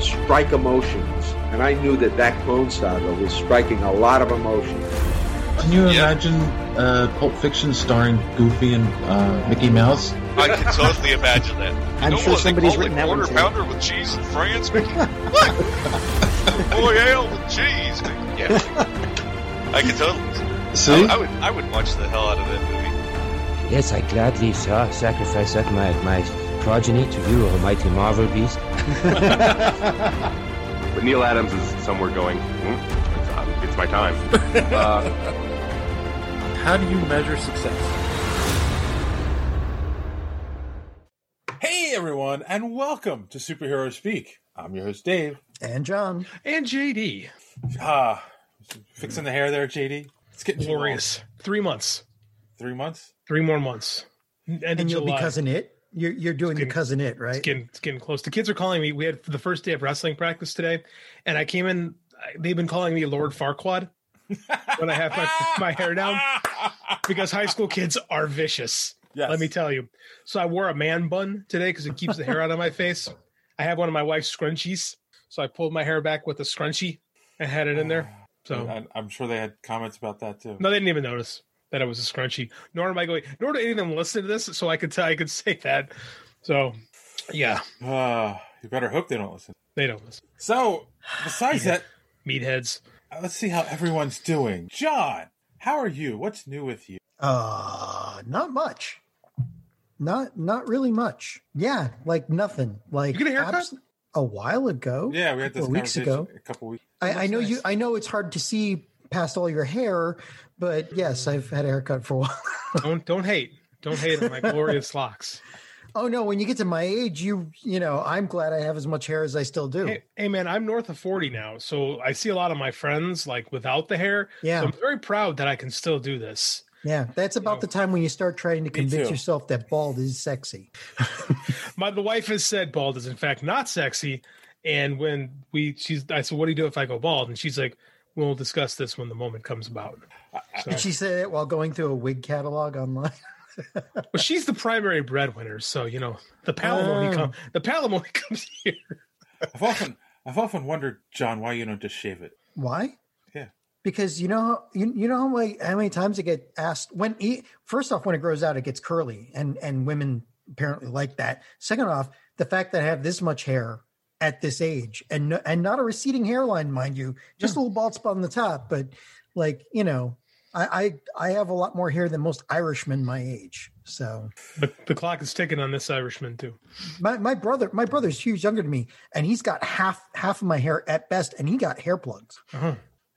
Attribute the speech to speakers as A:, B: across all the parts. A: strike emotions, and I knew that that Clone Saga was striking a lot of emotions.
B: Can you imagine uh, Pulp Fiction starring Goofy and uh, Mickey Mouse?
C: I can totally imagine that.
D: I'm
C: no
D: sure
C: one,
D: somebody's
C: they call
D: written
C: it
D: that one
C: quarter
D: too.
C: pounder with cheese in France. Mickey. what? Boy, ale with cheese. Mickey. Yeah, I can totally.
E: Oh,
B: See?
C: I, I would. I would watch the hell out of that movie.
F: Yes, I gladly sa- sacrifice that my, my progeny to you, almighty Marvel beast.
G: But Neil Adams is somewhere going, hmm, it's, uh, it's my time. Uh,
H: How do you measure success?
E: Hey everyone, and welcome to Superhero Speak. I'm your host Dave.
D: and John.
H: And JD,
E: Ah, fixing the hair there, JD. It's getting too long.
H: glorious. Three months.
E: Three months.
H: Three more months. End of
D: And you'll
H: July.
D: be cousin it. You're, you're doing your
H: Skin-
D: cousin it,
H: It's
D: right?
H: getting, it's getting close. The kids are calling me. We had the first day of wrestling practice today, and I came in. I- They've been calling me Lord Farquaad when I have my, my hair down because high school kids are vicious.
E: Yes.
H: Let me tell you. So I wore a man bun today because it keeps the hair out of my face. I have one of my wife's scrunchies, so I pulled my hair back with a scrunchie and had it in there.
D: Oh,
H: So
E: I, I'm sure they had comments about that too.
H: No, they didn't even notice that it was a scrunchie. Nor am I going. Nor did any of them listen to this, so I could tell. I could say that. So, yeah,
E: Ah, you better hope they don't listen.
H: they don't listen.
E: So, besides that,
H: Meatheads.
E: uh, let's see how everyone's doing. John, how are you? What's new with you?
D: Uh, not much. Not not really much. Yeah, like nothing. Like
H: You get a haircut?
D: a while ago.
E: Yeah, we had this
D: couple weeks
E: conversation
D: ago.
E: a couple weeks.
D: I, I know you. I know it's hard to see past all your hair, but yes, I've had a haircut for a while.
H: Don't don't hate. Don't hate on my glorious locks.
D: oh no, when you get to my age, you you know, I'm glad I have as much hair as I still do.
H: Hey, hey, man, I'm north of 40 now, so I see a lot of my friends like without the hair.
D: Yeah.
H: So I'm very proud that I can still do this.
D: Yeah, that's about the time when you start trying to convince
E: too.
D: yourself that bald is sexy.
H: My the wife has said bald is in fact not sexy, and when we she's I said, "What do you do if I go bald?" And she's like, "We'll discuss this when the moment comes about." So-
D: Did she say that while going through a wig catalog online?
H: Well, she's the primary breadwinner, so you know the palimony
D: Oh.
H: come. The palimony comes here.
E: I've often, I've often wondered, John, why you don't just shave it.
D: Why?
E: Yeah.
D: Because you know how- you, you know how many, how many times I get asked when he, first off when it grows out it gets curly and and women apparently like that. Second off, the fact that I have this much hair at this age and no, and not a receding hairline, mind you, just a little bald spot on the top, but like you know, I I, I have a lot more hair than most Irishmen my age. So
H: The, the clock is ticking on this Irishman too.
D: my my brother my brother's huge younger than me, and he's got half half of my hair at best, and he got hair plugs.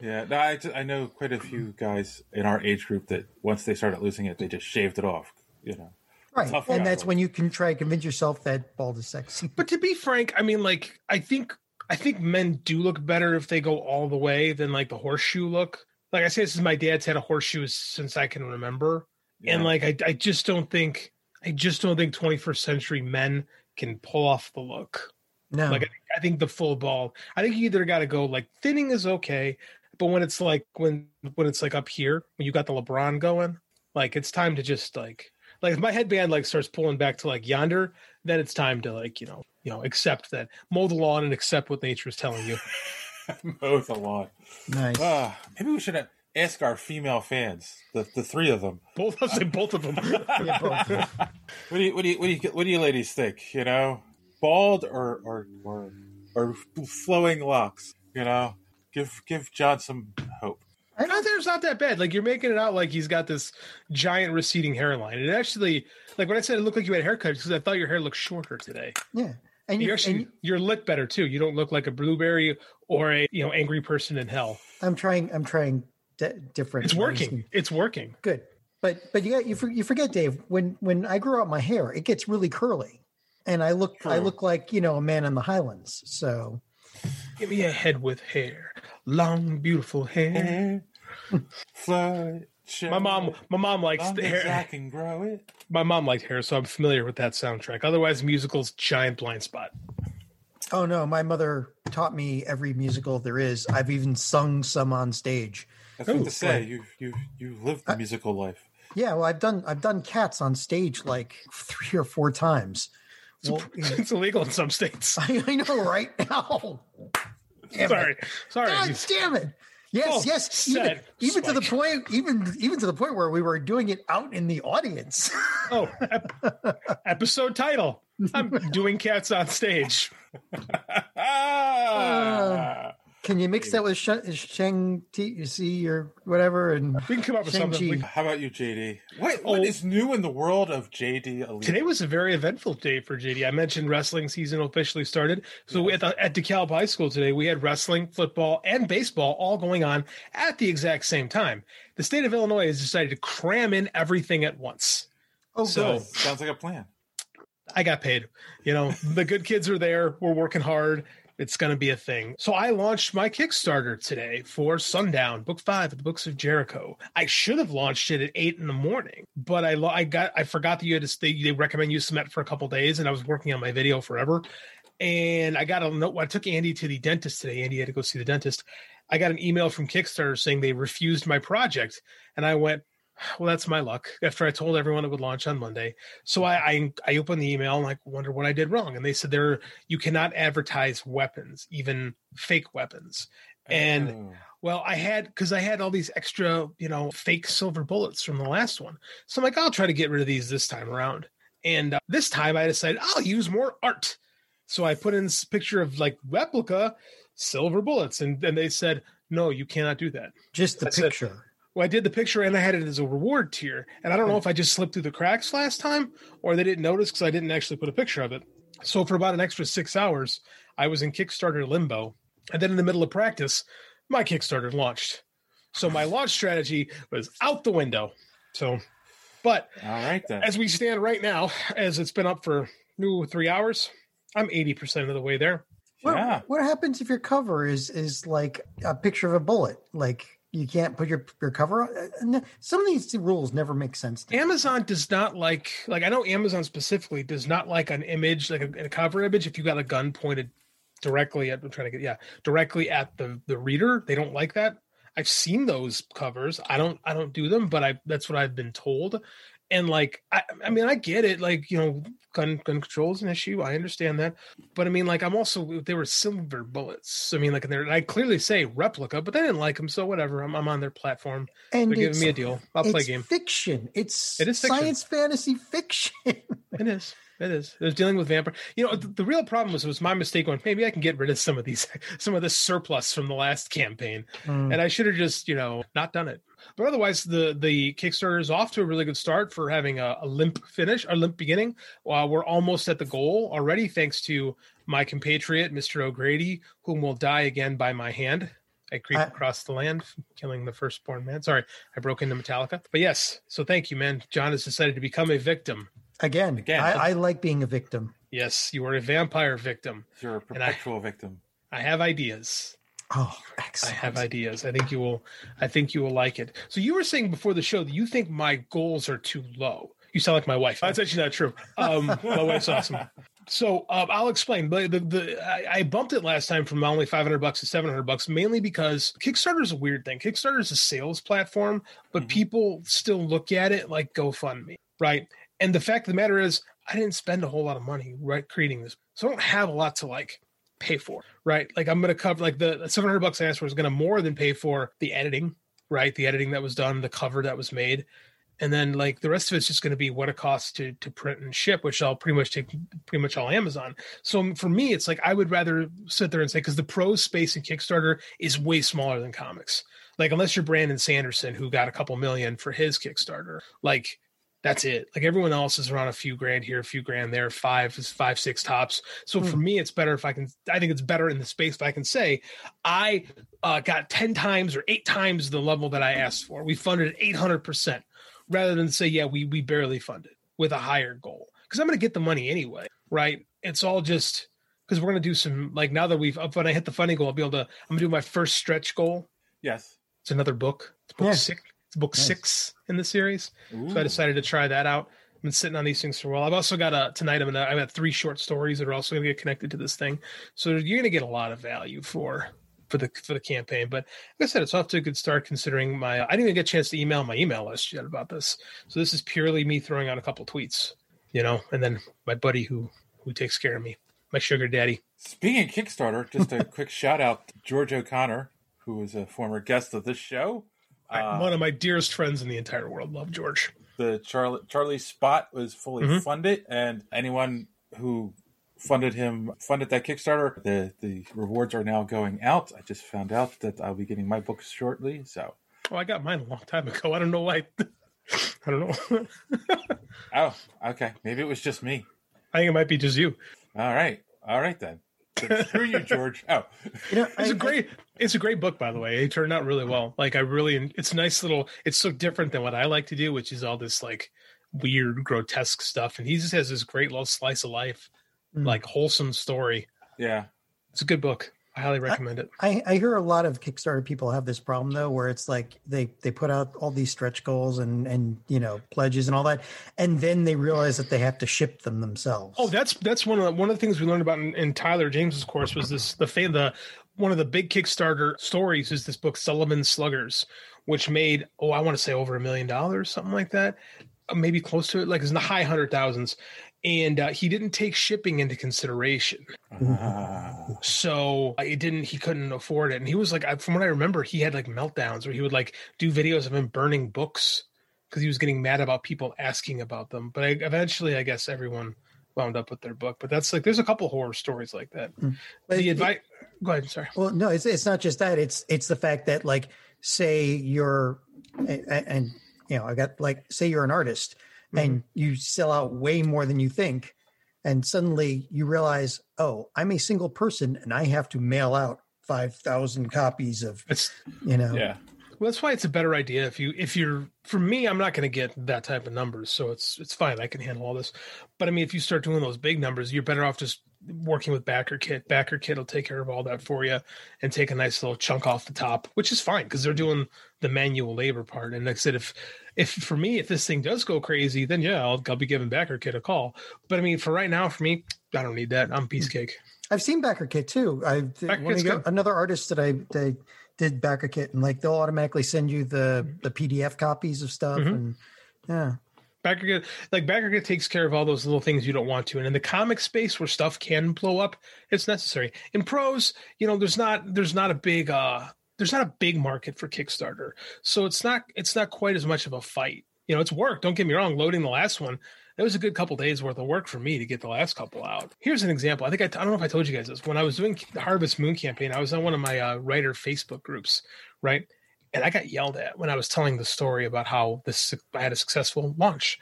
E: Yeah, no, I, I know quite a few guys in our age group that once they started losing it, they just shaved it off. You know.
D: Right.
E: Tough guy.
D: and that's when you can try to convince yourself that bald is sexy.
H: But to be frank, I mean, like I think I think men do look better if they go all the way than like the horseshoe look. Like I say, this is my dad's had a horseshoe since I can remember, and
E: Yeah.
H: like I, I just don't think I just don't think 21st century men can pull off the look.
D: No.
H: Like I think, I think the full ball. I think you either got to go like thinning is okay, but when it's like when when it's like up here when you got the LeBron going, like it's time to just like like if my headband like starts pulling back to like yonder, then it's time to like you know you know accept that mow the lawn and accept what nature is telling you.
E: Both a lot.
D: nice.
E: Uh, maybe we should ask our female fans, the, the three of them.
H: both of them, both of them.
D: Yeah, both.
E: What do you what do you what do you what do you ladies think? You know, bald or or or, or flowing locks? You know, give give John some hope.
H: I don't think it's not that bad. Like you're making it out like he's got this giant receding hairline. It actually, like when I said it looked like you had a haircut, because I thought your hair looked shorter today.
D: yeah. And
H: you
D: you,
H: actually
D: and
H: you're lit better too. You don't look like a blueberry or a you know angry person in hell.
D: I'm trying I'm trying di- different
H: It's
D: ways.
H: working. It's working.
D: Good. But but yeah, you for, you forget Dave, when when I grow out my hair, it gets really curly. And I look I
E: True.
D: look like, you know, a man in the highlands. So
H: Give me a head with hair, long, beautiful hair.
E: Fly.
H: My mom, my mom likes
E: Long
H: the
E: as
H: hair.
E: I can grow it.
H: My mom liked hair, so I'm familiar with that soundtrack. Otherwise, musicals giant blind spot.
D: Oh no, my mother taught me every musical there is. I've even sung some on stage.
E: That's what to say. You you you live the musical life.
D: Yeah, well, I've done I've done cats on stage like three or four times.
H: It's, it's illegal in some states.
D: I, I know, right now. Damn it.
H: sorry, sorry.
D: God damn it! Yes,
H: Oh,
D: yes.
H: said
D: Even, even to the
H: Spike.
D: point, even even to the point where we were doing it out in the audience.
H: Oh, ep- episode title. I'm doing cats on stage.
D: Uh,
H: Ah.
D: can you mix that with Sh- Shang T C or whatever? And
H: we can come up with something. We-
E: How about you, JD? What, what is new in the world of JD Elite?
H: Oh. Today was a very eventful day for JD. I mentioned wrestling season officially started. So at, the, at DeKalb High School today, we had wrestling, football, and baseball all going on at the exact same time. The state of Illinois has decided to cram in everything at once.
D: Oh,
H: so
E: Sounds- sounds like a plan.
H: I got paid. You know, the good kids are there. We're working hard. It's going to be a thing. So I launched my Kickstarter today for Sundown, Book Five of the Books of Jericho. I should have launched it at eight in the morning, but I lo- I got I forgot that you had to stay, they recommend you submit for a couple days, and I was working on my video forever. And I got a note. I took Andy to the dentist today. Andy had to go see the dentist. I got an email from Kickstarter saying they refused my project, and I went, "Well, that's my luck." After I told everyone it would launch on Monday, so I, I I opened the email and I wonder what I did wrong. And they said there you cannot advertise weapons, even fake weapons. And well, I had because I had all these extra, you know, fake silver bullets from the last one. So I'm like, I'll try to get rid of these this time around. And uh, this time I decided I'll use more art. So I put in this picture of like replica silver bullets, and then they said, no, you cannot do that.
D: Just the
H: I said-
D: picture.
H: Well, I did the picture and I had it as a reward tier. And I don't know if I just slipped through the cracks last time or they didn't notice because I didn't actually put a picture of it. So for about an extra six hours, I was in Kickstarter limbo. And then in the middle of practice, my Kickstarter launched. So my launch strategy was out the window. So, but
E: All right then.
H: as we stand right now, as it's been up for new three hours, I'm 80% of the way there.
D: What,
E: Yeah.
D: what happens if your cover is is like a picture of a bullet? Like you can't put your your cover on. Uh, no, Some of these rules never make sense. To me.
H: Amazon does not like like I know Amazon specifically does not like an image like a, a cover image if you got a gun pointed directly at I'm trying to get yeah directly at the the reader they don't like that I've seen those covers I don't I don't do them but I that's what I've been told and like I I mean I get it like you know gun gun control is an issue I understand that but I mean like I'm also they were silver bullets I mean like and they're and I clearly say replica but they didn't like them so whatever I'm I'm on their platform
D: And
H: they're
D: it's-
H: giving me a deal I'll play
D: it's
H: a game
D: fiction. It's
H: It is fiction.
D: science fantasy fiction.
H: It is. It is. It was dealing with vampire. You know, th- the, real problem was was my mistake. Going, maybe I can get rid of some of these, some of this surplus from the last campaign,
D: Hmm.
H: and I should have just, you know, not done it. But otherwise, the the Kickstarter is off to a really good start for having a, a limp finish, a limp beginning. Uh, we're almost at the goal already, thanks to my compatriot, Mister O'Grady, whom will die again by my hand. I creep
D: I-
H: across the land, killing the firstborn man. Sorry, I broke into Metallica. But yes, so thank you, man. John has decided to become a victim.
D: Again,
E: Again.
D: I, I like being a victim.
H: Yes, you are a vampire victim.
E: You're a
H: and I-
E: perpetual victim.
H: I have ideas.
D: Oh,
H: I
D: excellent.
H: have ideas. I think you will. I think you will like it. So you were saying before the show that you think my goals are too low. You sound like my wife. That's actually not true. Um, my wife's awesome. So um, I'll explain. The, the, the, I, I bumped it last time from only 500 bucks to 700 bucks, mainly because Kickstarter is a weird thing. Kickstarter is a sales platform, but people still look at it like GoFundMe, right? And the fact of the matter is, I didn't spend a whole lot of money right creating this, so I don't have a lot to like pay for, right? Like I'm going to cover like the 700 bucks I asked for is going to more than pay for the editing, right? The editing that was done, the cover that was made, and then like the rest of it's just going to be what it costs to to print and ship, which I'll pretty much take pretty much all Amazon. So um, for me, it's like I would rather sit there and say because the pro space in Kickstarter is way smaller than comics. Like unless you're Brandon Sanderson who got a couple million for his Kickstarter, like. That's it. Like everyone else is around a few grand here, a few grand there, five is five, six tops. So for me, it's better if I can. I think it's better in the space if I can say, I uh, got ten times or eight times the level that I asked for. We funded eight hundred percent, rather than say, yeah, we we barely funded with a higher goal because I'm going to get the money anyway, right? It's all just because we're gonna do some like now that we've up when I hit the funny goal, I'll be able to. I'm gonna do my first stretch goal.
E: Yes,
H: it's another book. It's book six. It's book six in the series. So I decided to try that out. I've been sitting on these things for a while. I've also got a tonight. I'm gonna. I've got three short stories that are also gonna get connected to this thing. So you're gonna get a lot of value for for the for the campaign. But like I said, it's off to a good start considering my I didn't even get a chance to email my email list yet about this. So this is purely me throwing out a couple tweets, you know, and then my buddy who who takes care of me, my sugar daddy.
E: Speaking of Kickstarter, just a quick shout out to George O'Connor, who is a former guest of this show.
H: I- One of my dearest friends in the entire world. Love George.
E: the Charlie Charlie Spot was fully
H: Mhm.
E: funded, and anyone who funded him funded that Kickstarter. The the rewards are now going out. I just found out that I'll be getting my book shortly. So
H: Oh, I got mine a long time ago. I don't know why. I don't know.
E: oh, okay, maybe it was just me.
H: I think it might be just you.
E: All right, all right then. Then Screw you, George. Oh,
H: it's a great it's a great book by the way it turned out really well like i really it's a nice little it's so different than what i like to do which is all this like weird grotesque stuff and he just has this great little slice of life like wholesome story
E: yeah
H: it's a good book i highly recommend it
D: I, I hear a lot of Kickstarter people have this problem though, where it's like they they put out all these stretch goals and and you know pledges and all that, and then they realize that they have to ship them themselves.
H: Oh, that's that's one of the, one of the things we learned about in, in Tyler James's course was this the fan the one of the big Kickstarter stories is this book Sullivan Sluggers, which made oh I want to say over a million dollars something like that, Uh, maybe close to it like it's in the high hundred thousands, and uh, he didn't take shipping into consideration, so uh, it didn't he couldn't afford it, and he was like I- from what I remember he had like meltdowns where he would like do videos of him burning books because he was getting mad about people asking about them, but I, eventually I guess everyone wound up with their book. But that's like there's a couple horror stories like that. the advice. Go ahead. Sorry.
D: Well, no, it's it's not just that. It's it's the fact that like say you're and, and you know I got like say you're an artist
H: Mm-hmm.
D: and you sell out way more than you think, and suddenly you realize oh I'm a single person and I have to mail out five thousand copies of you know
E: yeah.
H: Well, that's why it's a better idea if you if you're for me, I'm not going to get that type of numbers, so it's it's fine. I can handle all this. But I mean, if you start doing those big numbers, you're better off just working with Backer Kit. Backer Kit will take care of all that for you and take a nice little chunk off the top, which is fine because they're doing the manual labor part. And like I said, if if for me, if this thing does go crazy, then yeah, I'll, I'll be giving Backer Kit a call. But I mean, for right now, for me, I don't need that. I'm piece cake.
D: I've seen Backer Kit too. I
H: Backer
D: one
H: Kit's
D: of the-
H: good.
D: another artist that I they did Backer Kit, and like they'll automatically send you the the PDF copies of stuff,
H: Mhm.
D: and yeah,
H: Backer Kid- like Backer Kid takes care of all those little things you don't want to. And in the comic space where stuff can blow up, it's necessary. In prose, you know, there's not there's not a big uh there's not a big market for Kickstarter. So it's not it's not quite as much of a fight. You know, it's work, don't get me wrong, loading the last one. It was a good couple days worth of work for me to get the last couple out. Here's an example. I think I, t- I don't know if I told you guys this. When I was doing the Harvest Moon campaign, I was on one of my uh, writer Facebook groups, right? And I got yelled at when I was telling the story about how this I had a successful launch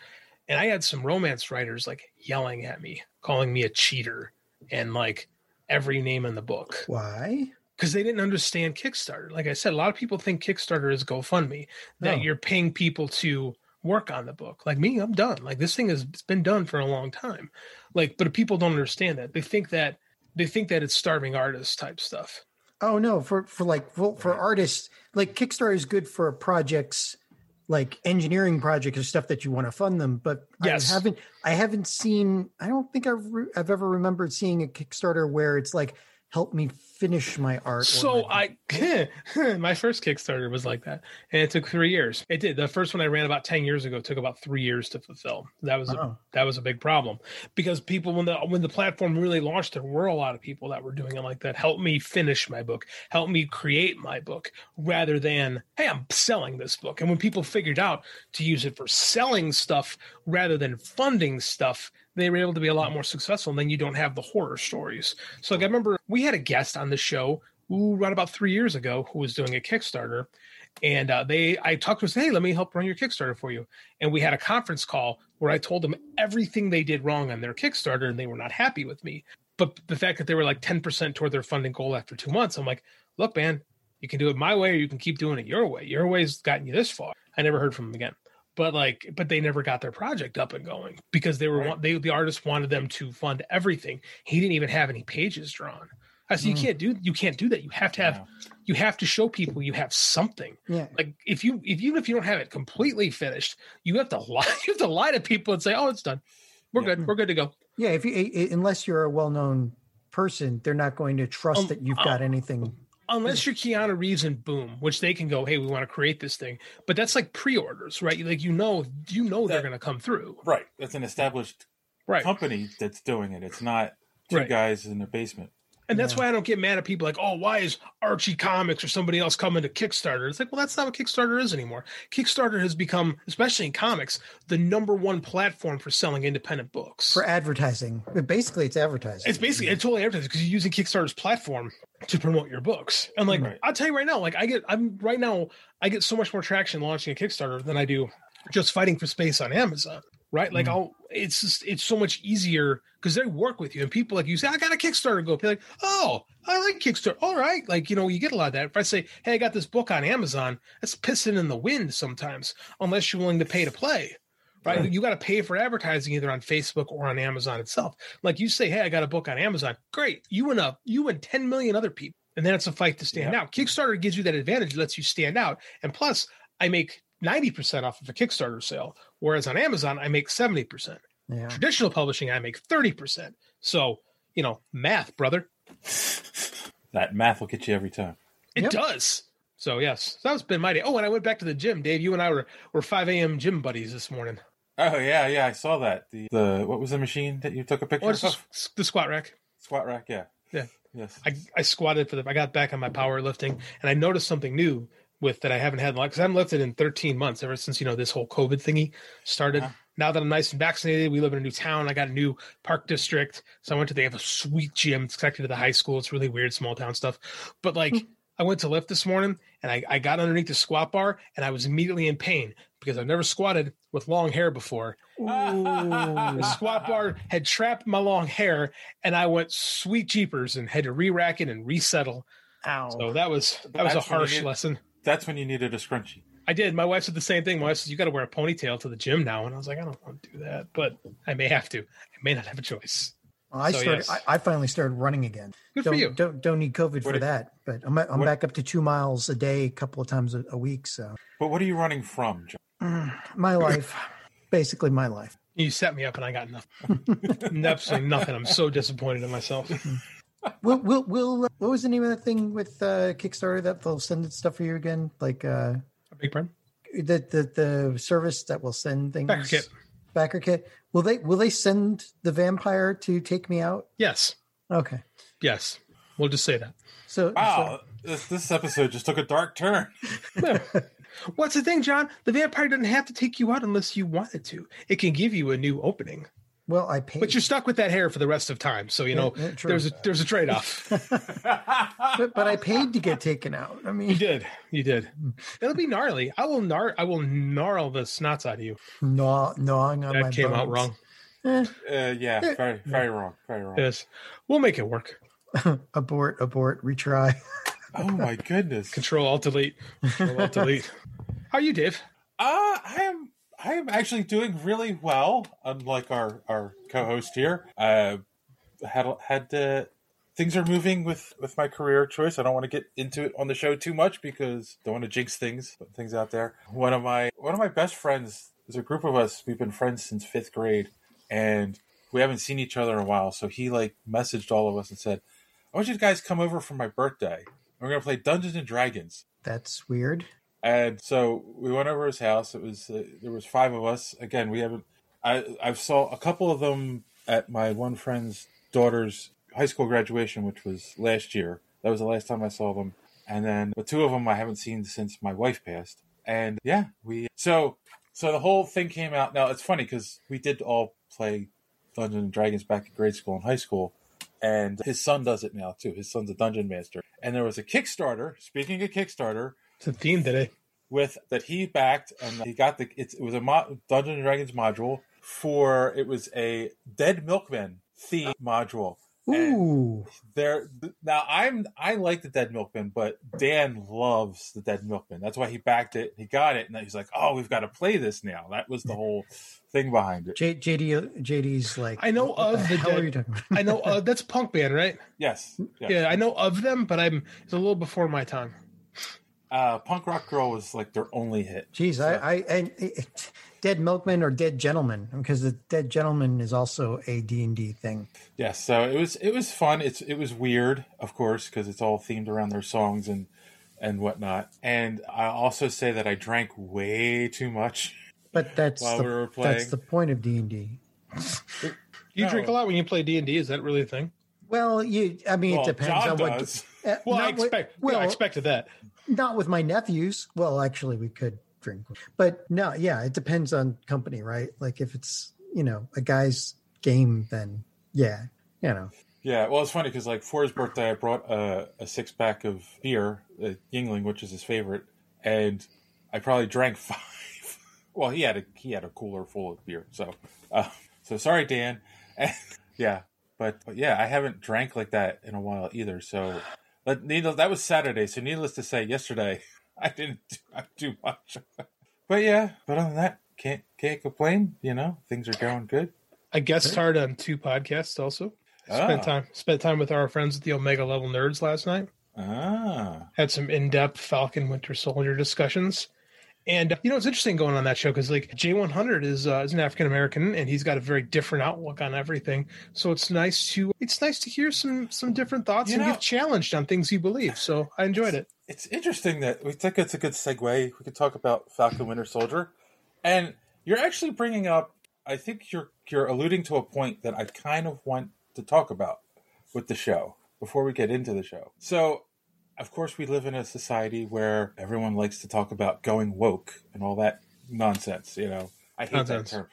H: and I had some romance writers like yelling at me, calling me a cheater and like every name in the book.
D: Why?
H: Because they didn't understand Kickstarter. Like I said, a lot of people think Kickstarter is GoFundMe, that
D: No.
H: you're paying people to work on the book. Like me, I'm done. Like this thing has it's been done for a long time. Like, but people don't understand that. They think that they think that it's starving artists type stuff.
D: Oh no, for for like for, for artists, like Kickstarter is good for projects, like engineering projects or stuff that you want to fund them. But
H: Yes.
D: I haven't I haven't seen. I don't think I've re- I've ever remembered seeing a Kickstarter where it's like help me finish my art. or
H: So I, my first Kickstarter was like that, and it took three years. It did. The first one I ran about ten years ago took about three years to fulfill. That was
D: Wow.
H: a, that was a big problem because people when the when the platform really launched, there were a lot of people that were doing it like that. Help me finish my book. Help me create my book, rather than hey, I'm selling this book. And when people figured out to use it for selling stuff rather than funding stuff, they were able to be a lot more successful. And then you don't have the horror stories. So like I remember we had a guest on the show ooh, right about three years ago who was doing a Kickstarter. And uh, they, I talked to him, said, hey, let me help run your Kickstarter for you. And we had a conference call where I told them everything they did wrong on their Kickstarter and they were not happy with me. But the fact that they were like 10% toward their funding goal after two months, I'm like, look, man, you can do it my way or you can keep doing it your way. Your way's gotten you this far. I never heard from him again. but like but they never got their project up and going because they were
E: Right.
H: they the artist wanted them to fund everything he didn't even have any pages drawn i said you
D: Mm.
H: can't do you can't do that you have to have you have to show people you have something
D: Yeah.
H: like if you if even if you don't have it completely finished you have to lie you have to lie to people and say oh it's done we're good we're good to go
D: Yeah, if you i- i- unless you're a well-known person, they're not going to trust
H: Um,
D: that you've got anything.
H: unless you're Keanu Reeves and Boom, which they can go, hey, we want to create this thing, but that's like pre-orders, right? Like you know, you know they're going to come through.
E: Right. That's an established
H: Right.
E: company that's doing it. It's not two
H: Right.
E: guys in a basement.
H: And that's why I don't get mad at people like, oh, why is Archie Comics or somebody else coming to Kickstarter? It's like, well, that's not what Kickstarter is anymore. Kickstarter has become, especially in comics, the number one platform for selling independent books.
D: For advertising, But basically, it's advertising.
H: It's basically it's totally advertising because you're using Kickstarter's platform to promote your books. And like
E: Right.
H: I'll tell you right now, like I get I'm right now I get so much more traction launching a Kickstarter than I do just fighting for space on Amazon. Right? Like I'll it's just it's so much easier because they work with you and people like you say, I got a Kickstarter go. Be like, oh, I like Kickstarter. All right. Like, you know, you get a lot of that. If I say, hey, I got this book on Amazon, that's pissing in the wind sometimes, unless you're willing to pay to play right? You got to pay for advertising either on Facebook or on Amazon itself. Like you say, hey, I got a book on Amazon. Great, you and a you and ten million other people, and then it's a fight to stand out. Kickstarter gives you that advantage, lets you stand out, and plus, I make ninety percent off of a Kickstarter sale, whereas on Amazon I make seventy percent.
D: Yeah.
H: Traditional publishing, I make thirty percent. So you know, math, brother,
E: That math will get you every time.
H: it does. So yes, so that's been my day. Oh, and I went back to the gym, Dave. You and I were were five a.m. gym buddies this morning.
E: Oh yeah, yeah, I saw that. The the what was the machine that you took a picture
H: Oh, it's
E: of?
H: just the squat rack.
E: Squat rack, yeah.
H: Yeah.
E: Yes.
H: I, I squatted for the. I got back on my powerlifting, and I noticed something new with that I haven't had in a lot because I haven't lifted in 13 months ever since you know this whole COVID thingy started. Now that I'm nice and vaccinated, we live in a new town. I got a new park district, so I went to. They have a sweet gym. It's connected to the high school. It's really weird, small town stuff. But like, I went to lift this morning, and I, I got underneath the squat bar, and I was immediately in pain because I've never squatted with long hair before.
E: Uh-huh.
H: The squat bar had trapped my long hair, and I went sweet jeepers and had to re-rack it and resettle.
D: Ow!
H: So that was that was
E: That's when
H: a
E: you
H: harsh
E: need-
H: lesson.
E: That's when you needed a scrunchie.
H: I did. My wife said the same thing. My wife says you got to wear a ponytail to the gym now, and I was like, I don't want to do that, but I may have to. I may not have a choice.
D: Well, I
H: So,
D: started.
H: yes.
D: I, I finally started running again.
H: Good for
D: don't,
H: you.
D: Don't don't need COVID for
E: did-
D: that. But I'm I'm
E: what-
D: back up to two miles a day, a couple of times a, a week. So
E: But what are you running from, John?
D: my life, basically my life.
H: You set me up, and I got nothing. Absolutely nothing. I'm so disappointed in myself.
D: Mm-hmm. Will will will. uh, What was the name of that thing with uh, Kickstarter that they'll send it stuff for you again? Like uh,
H: Big pardon?
D: the the the service that will send things.
H: Backer kit.
D: Backer kit. Will they will they send the vampire to take me out?
H: Yes,
D: Okay.
H: yes. We'll just say that.
D: So
E: Wow, this this episode just took a dark turn.
H: What's the thing, John? The vampire doesn't have to take you out unless you want it to. It can give you a new opening.
D: Well, I paid.
H: But you're stuck with that hair for the rest of time. So you know
D: Yeah, yeah, true.
H: there's a there's a trade off.
D: but, but I paid to get taken out. I
H: you
D: mean,
H: did. You did. It'll be gnarly. I will gnar I will gnarl the snots out of you.
D: gnaw, gnawing on my
H: That came out
D: bones.
H: wrong.
E: Uh, yeah, very very wrong. Very wrong.
H: Yes. We'll make it work.
D: Abort, abort, retry.
E: Oh my goodness.
H: Control alt delete. Control alt delete. How are you, Dave?
E: Uh, I am I am actually doing really well, unlike our our co-host here. Uh, had had uh, things are moving with with my career choice. I don't want to get into it on the show too much because don't want to jinx things, put things out there. One of my one of my best friends there's a group of us. We've been friends since fifth grade, and we haven't seen each other in a while. So he like messaged all of us and said, "I want you guys to come over for my birthday. We're gonna play Dungeons and Dragons."
D: That's weird.
E: and so we went over his house. It was uh, there was five of us. Again, we haven't. I I've saw a couple of them at my one friend's daughter's high school graduation, which was last year. That was the last time I saw them. And then the two of them I haven't seen since my wife passed. And yeah, we so so the whole thing came out. Now it's funny because we did all play Dungeons and Dragons back in grade school and high school. And his son does it now too. His son's a dungeon master. And there was a Kickstarter. Speaking of Kickstarter,
H: It's a theme today.
E: with that he backed and he got the it's, it was a mo- Dungeons and Dragons module for it was a dead milkman theme module
H: Eh.
D: Ooh.
E: There now I'm I like the dead milkman, but Dan loves the dead milkman. That's why he backed it. He got it, and he's like, "Oh, we've got to play this now." That was the whole thing behind it.
D: J- JD, JD's like,
H: I know
D: what
H: of the
D: hell
H: Dead-
D: are you talking about?
H: I know uh, that's a punk band, right?
E: Yes,
H: Yeah.
E: yes.
H: I know of them, but I'm it's a little before my time.
E: Uh, Punk Rock Girl was like their only hit.
D: Jeez, I, I and it, it- dead milkman or dead gentleman because the dead gentleman is also a D and D thing.
E: Yes, so it was it was fun. It's it was weird, of course, because it's all themed around their songs and and whatnot. And I also say that I drank way too much.
D: But that's
E: While
D: the,
E: we were
D: that's
E: playing.
D: the point of D and D.
H: You drink a
E: No.
H: lot when you play D and D. Is that really a thing?
D: Well, you, I mean,
E: Well,
D: it depends
E: John
D: on what.
E: does.
D: uh,
H: Well, I
D: not with-
H: expect.
D: well,
H: yeah, I expected that.
D: not with my nephews. Well, actually, we could drink, but no, yeah, it depends on company, right? Like if it's you know a guy's game, then yeah, you know,
E: Yeah, well, it's funny because like for his birthday, I brought a, a six pack of beer, uh, Yingling, which is his favorite, and I probably drank five. well, he had a he had a cooler full of beer, so uh, so sorry, Dan. And, yeah, but, but yeah, I haven't drank like that in a while either. So, but needless, that was Saturday. So needless to say, yesterday I didn't do, I do much. but yeah, but other than that, can't can't complain. You know, things are going good.
H: I
D: eh?
H: guest starred on two podcasts. Also spent
E: Ah.
H: time spent time with our friends at the Omega Level Nerds last night.
E: Ah,
H: had some in-depth Falcon Winter Soldier discussions. And uh, you know it's interesting going on that show because like J100 is uh, is an African American and he's got a very different outlook on everything. So it's nice to it's nice to hear some some different thoughts
E: You
H: and
E: know-
H: get challenged on things you believe. So I enjoyed it.
E: it's interesting that we think it's a good segue. We could talk about Falcon Winter Soldier, and you're actually bringing up. I think you're you're alluding to a point that I kind of want to talk about with the show before we get into the show. So, of course, we live in a society where everyone likes to talk about going woke and all that nonsense. You know, I hate
H: Nonsense.
E: that term.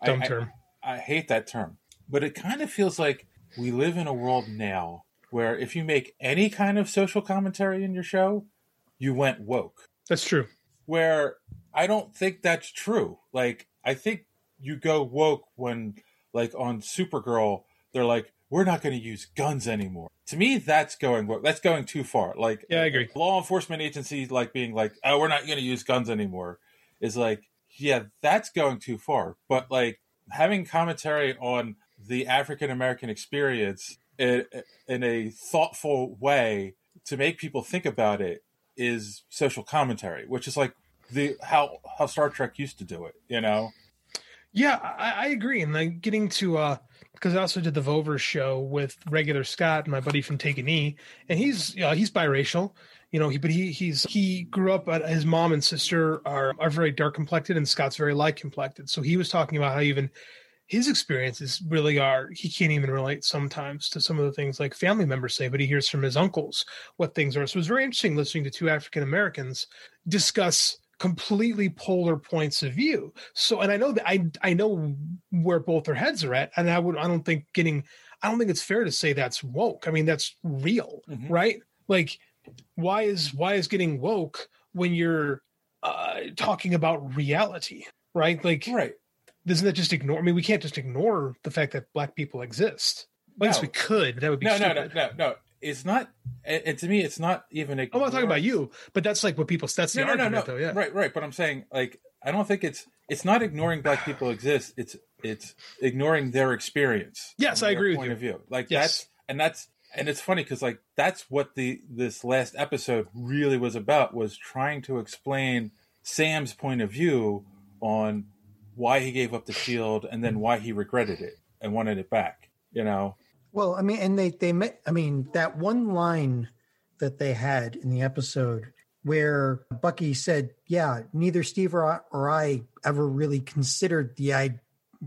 E: I-
H: Dumb
E: I-
H: term.
E: I hate that term, but it kind of feels like we live in a world now where if you make any kind of social commentary in your show, you went woke.
H: That's true.
E: Where I don't think that's true. Like, I think you go woke when, like, on Supergirl, they're like, we're not going to use guns anymore. To me, that's going woke. That's going too far. Like,
H: Yeah, I agree.
E: law enforcement agencies like being like, oh, we're not going to use guns anymore is like, yeah, that's going too far. But like having commentary on the African American experience in, in a thoughtful way to make people think about it is social commentary, which is like the how how Star Trek used to do it, you know?
H: Yeah, I, I agree. And like getting to uh because I also did the Vover show with regular Scott, my buddy from Take a Knee, and he's uh, he's biracial, you know. He but he he's he grew up. uh, His mom and sister are are very dark complected, and Scott's very light complected. So he was talking about how even his experiences really are he can't even relate sometimes to some of the things like family members say, but he hears from his uncles what things are. So it was very interesting listening to two African Americans discuss completely polar points of view. So, and I know that I I know where both their heads are at, and I would I don't think getting I don't think it's fair to say that's woke. I mean, that's real,
E: Mhm.
H: right? Like, why is why is getting woke when you're uh, talking about reality, right? Like,
E: Right.
H: doesn't that just ignore? I mean, we can't just ignore the fact that black people exist. Well, I guess
E: No.
H: we could. But that would be
E: No, no,
H: stupid.
E: no, no, no. It's not and and to me it's not even a
H: I'm not talking about you, but that's like what people. That's the
E: no, no, no,
H: argument,
E: no.
H: though. Yeah.
E: Right, right. But I'm saying, like, I don't think it's it's not ignoring black people exist. It's it's ignoring their experience.
H: Yes,
E: and
H: I
E: their
H: agree with
E: point
H: you.
E: Of view. Like
H: Yes.
E: that's and that's and it's funny because like that's what the this last episode really was about was trying to explain Sam's point of view on why he gave up the shield and then why he regretted it and wanted it back. You know,
D: Well, I mean, and they they met. I mean, that one line that they had in the episode where Bucky said, "Yeah, neither Steve or I, or I ever really considered the I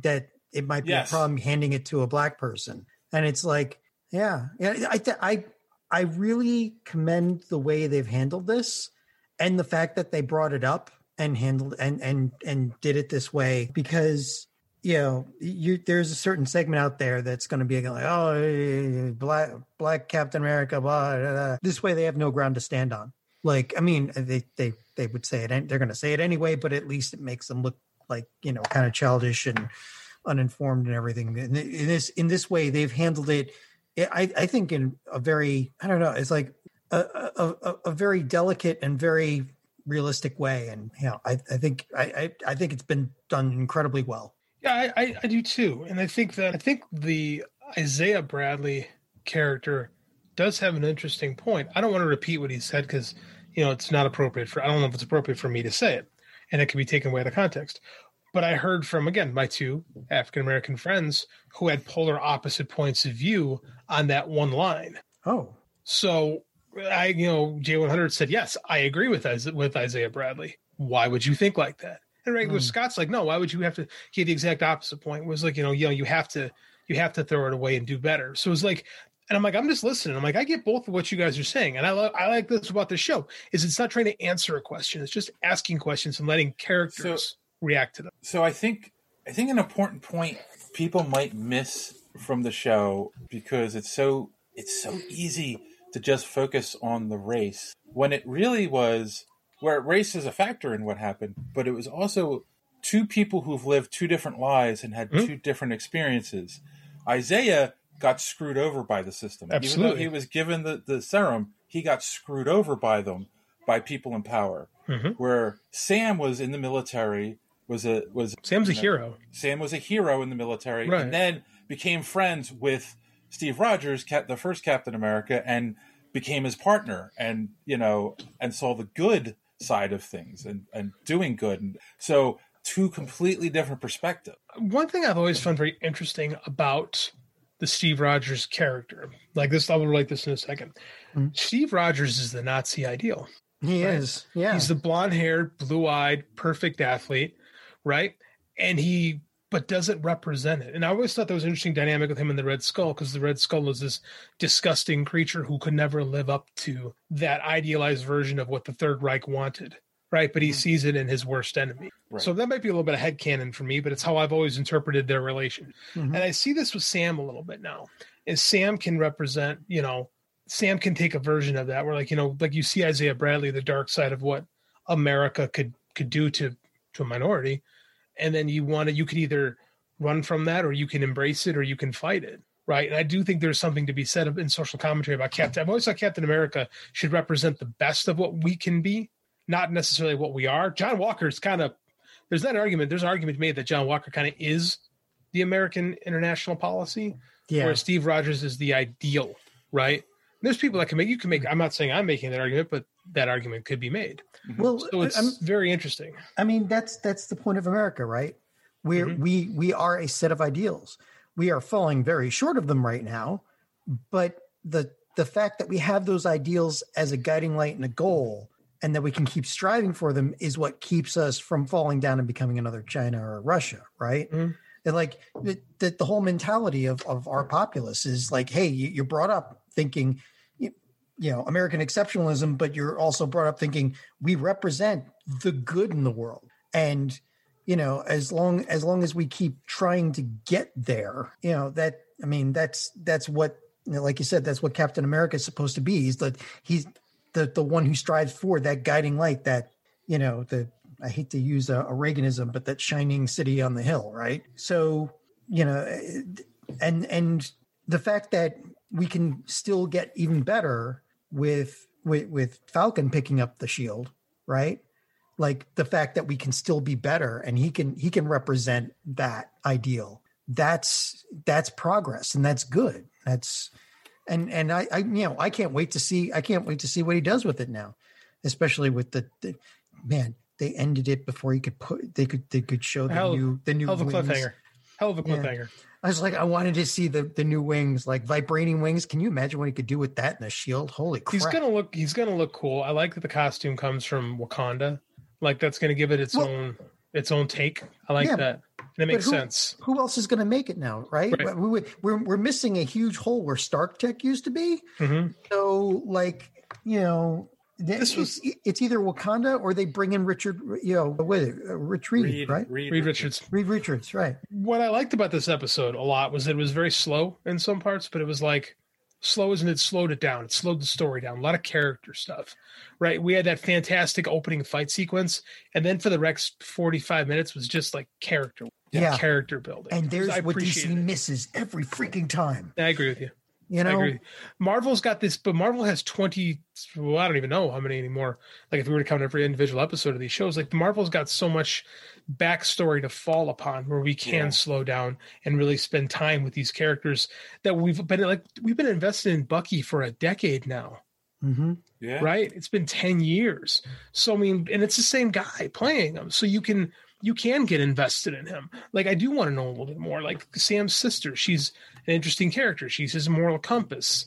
D: that it might be
E: Yes.
D: a problem handing it to a black person." And it's like, yeah, yeah, I th- I I really commend the way they've handled this and the fact that they brought it up and handled and and and did it this way because you know you there's a certain segment out there that's going to be like oh eh, black black captain america blah, blah, blah. this way they have no ground to stand on like i mean uh, they they they would say it and they're going to say it anyway but at least it makes them look like you know kind of childish and uninformed and everything in, in this in this way they've handled it yeah, I, I think in a very I don't know it's like a a, a, a very delicate and very realistic way, and you know I, I think I, I I think it's been done incredibly well.
H: Yeah, I, I, I do too, and I think that I think the Isaiah Bradley character does have an interesting point. I don't want to repeat what he said because you know it's not appropriate for I don't know if it's appropriate for me to say it, and it can be taken away out of context. But I heard from again my two African American friends who had polar opposite points of view on that one line.
D: Oh,
H: so I you know J one hundred said yes, I agree with Isaiah, with Isaiah Bradley. Why would you think like that? And regular hmm. Scott's like, no, why would you have to? He had the exact opposite point. It was like you know you know you have to you have to throw it away and do better. So it was like and I'm like, I'm just listening. I'm like, I get both of what you guys are saying, and I love, I like this about the show is it's not trying to answer a question; it's just asking questions and letting characters so, react to them.
E: So I think, I think an important point people might miss from the show because it's so it's so easy to just focus on the race when it really was where race is a factor in what happened, but it was also two people who've lived two different lives and had mm-hmm. two different experiences. Isaiah got screwed over by the system.
H: Absolutely. Even
E: though he was given the, the serum, he got screwed over by them, by people in power. Mm-hmm. Where Sam was in the military, was a was
H: Sam's a
E: know,
H: hero.
E: Sam was a hero in the military, right. and then became friends with Steve Rogers, the first Captain America, and became his partner, and you know, and saw the good side of things and and doing good. And so, two completely different perspectives.
H: One thing I've always found very interesting about the Steve Rogers character. Like this, I'll relate this in a 2nd mm-hmm. Steve Rogers is the Nazi ideal.
D: He right? is. Yeah.
H: He's the blonde haired, blue eyed, perfect athlete, right? And he, but doesn't represent it. And I always thought that was an interesting dynamic with him and the Red Skull because the Red Skull is this disgusting creature who could never live up to that idealized version of what the Third Reich wanted. Right, but he mm-hmm. sees it in his worst enemy. Right. So that might be a little bit of headcanon for me, but it's how I've always interpreted their relation. Mm-hmm. And I see this with Sam a little bit now. Is Sam can represent, you know, Sam can take a version of that where like, you know, like you see Isaiah Bradley, the dark side of what America could could do to to a minority. And then you want to you could either run from that or you can embrace it or you can fight it. Right. And I do think there's something to be said in social commentary about Captain. I've always thought Captain America should represent the best of what we can be, not necessarily what we are. John Walker's kind of there's not an argument. There's an argument made that John Walker kind of is the American international policy, yeah. where Steve Rogers is the ideal, right? And there's people that can make you can make. I'm not saying I'm making that argument, but that argument could be made.
D: Well,
H: so it's I'm, very interesting.
D: I mean, that's that's the point of America, right? we mm-hmm. we we are a set of ideals. We are falling very short of them right now, but the the fact that we have those ideals as a guiding light and a goal and that we can keep striving for them is what keeps us from falling down and becoming another China or Russia, right? Mm-hmm. And like the, the, the, whole mentality of, of our populace is like, hey, you're brought up thinking, you, you know, American exceptionalism, but you're also brought up thinking we represent the good in the world. And, you know, as long as long as we keep trying to get there, you know, that I mean, that's that's what you know, like you said, that's what Captain America is supposed to be. He's the he's the the one who strives for that guiding light that you know the i hate to use a, a reaganism but that shining city on the hill right so you know and and the fact that we can still get even better with with, with falcon picking up the shield right like the fact that we can still be better and he can he can represent that ideal that's that's progress and that's good that's and and I, I, you know I can't wait to see I can't wait to see what he does with it now, especially with the, the man they ended it before he could put they could they could show the
H: hell,
D: new the new
H: hell of a wings. cliffhanger, hell of a cliffhanger. Yeah.
D: I was like, I wanted to see the the new wings, like vibrating wings. Can you imagine what he could do with that in a shield? Holy crap!
H: He's gonna look he's gonna look cool. I like that the costume comes from Wakanda, like that's gonna give it its well, own its own take. I like yeah. that. That makes
D: who,
H: sense.
D: Who else is going to make it now, right? right. We, are we're, we're missing a huge hole where Stark Tech used to be.
H: Mm-hmm.
D: So, like, you know, this was it's, it's, either Wakanda or they bring in Richard, you know, what is it, Rich Reed, Reed right?
H: Reed, Reed Richards. Richards.
D: Reed Richards, right?
H: What I liked about this episode a lot was it was very slow in some parts, but it was like slow isn't it slowed it down it slowed the story down a lot of character stuff right we had that fantastic opening fight sequence and then for the next 45 minutes was just like character yeah. character building
D: and there's what dc it. misses every freaking time
H: i agree with you
D: You know,
H: I agree. Marvel's got this, but Marvel has 20, well, I don't even know how many anymore. Like, if we were to count every individual episode of these shows, like, Marvel's got so much backstory to fall upon where we can slow down and really spend time with these characters that we've been like, we've been invested in Bucky for a decade now.
D: Mm-hmm.
E: Yeah.
H: Right? It's been 10 years. So, I mean, and it's the same guy playing him. So you can, you can get invested in him. Like I do want to know a little bit more. Like Sam's sister, she's an interesting character. She's his moral compass,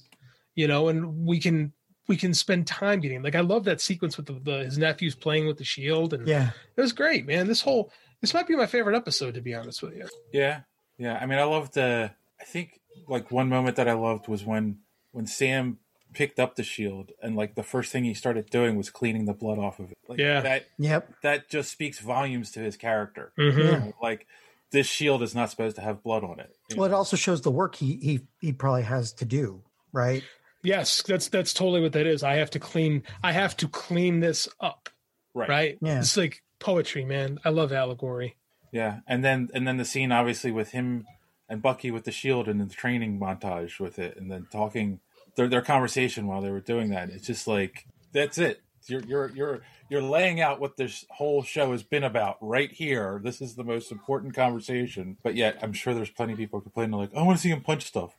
H: you know, and we can we can spend time getting like I love that sequence with the, the his nephews playing with the shield and
D: yeah,
H: it was great, man. This whole this might be my favorite episode to be honest with you.
E: Yeah, yeah. I mean, I loved. Uh, I think like one moment that I loved was when when Sam picked up the shield and like the first thing he started doing was cleaning the blood off of it. Like,
H: Yeah.
E: that
D: yep,
E: that just speaks volumes to his character.
H: Mhm.
E: You know, Like this shield is not supposed to have blood on it. you
D: Well, it
E: know?
D: also shows the work he he he probably has to do, right?
H: Yes, that's that's totally what that is. I have to clean I have to clean this up,
E: right.
H: right?
D: Yeah.
H: It's like poetry, man. I love allegory.
E: Yeah, and then and then the scene obviously with him and Bucky with the shield and the training montage with it, and then talking their their conversation while they were doing that. It's just like that's it. You're you're you're you're laying out what this whole show has been about right here. This is the most important conversation. But yet, I'm sure there's plenty of people complaining like, "I want to see him punch stuff."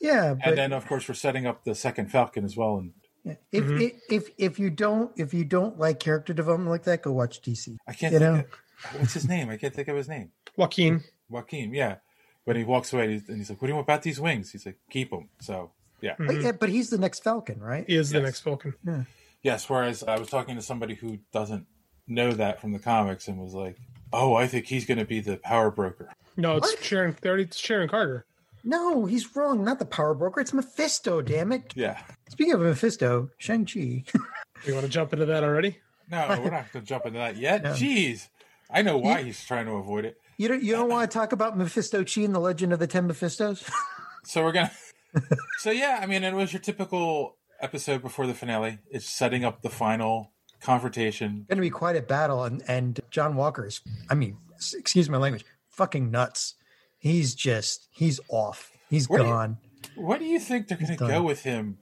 D: Yeah, but
E: and then, of course, we're setting up the second Falcon as well. And
D: Yeah. If,
E: Mm-hmm.
D: if if if you don't if you don't like character development like that, go watch DC.
E: I can't.
D: You
E: think
D: know?
E: of- what's his name? I can't think of his name.
H: Joaquin.
E: Joaquin. Yeah, when he walks away and he's like, "What do you want about these wings?" He's like, "Keep them." So yeah.
D: But, yeah, but he's the next Falcon, right?
H: is the next Vulcan.
E: Yes, whereas I was talking to somebody who doesn't know that from the comics and was like, "Oh, I think he's going to be the power broker."
H: No, it's Sharon. They already it's Sharon Carter.
D: No, he's wrong. Not the power broker. It's Mephisto. Damn it!
E: Yeah.
D: Speaking of Mephisto, Shang Chi.
H: You want to jump into that already?
E: No, we're not going to jump into that yet.
D: No.
E: Jeez, I know why he's trying to avoid it.
D: you don't you don't want to talk about Mephisto Chi and the Legend of the Ten Mephistos?
E: So we're gonna. so yeah, I mean, it was your typical episode before the finale. It's setting up the final confrontation.
D: Going to be quite a battle, and and John Walker's. I mean, s- excuse my language. Fucking nuts. He's just he's off. He's
E: Where do you-
D: gone.
E: What do you think they're going to
D: done.
E: go with him?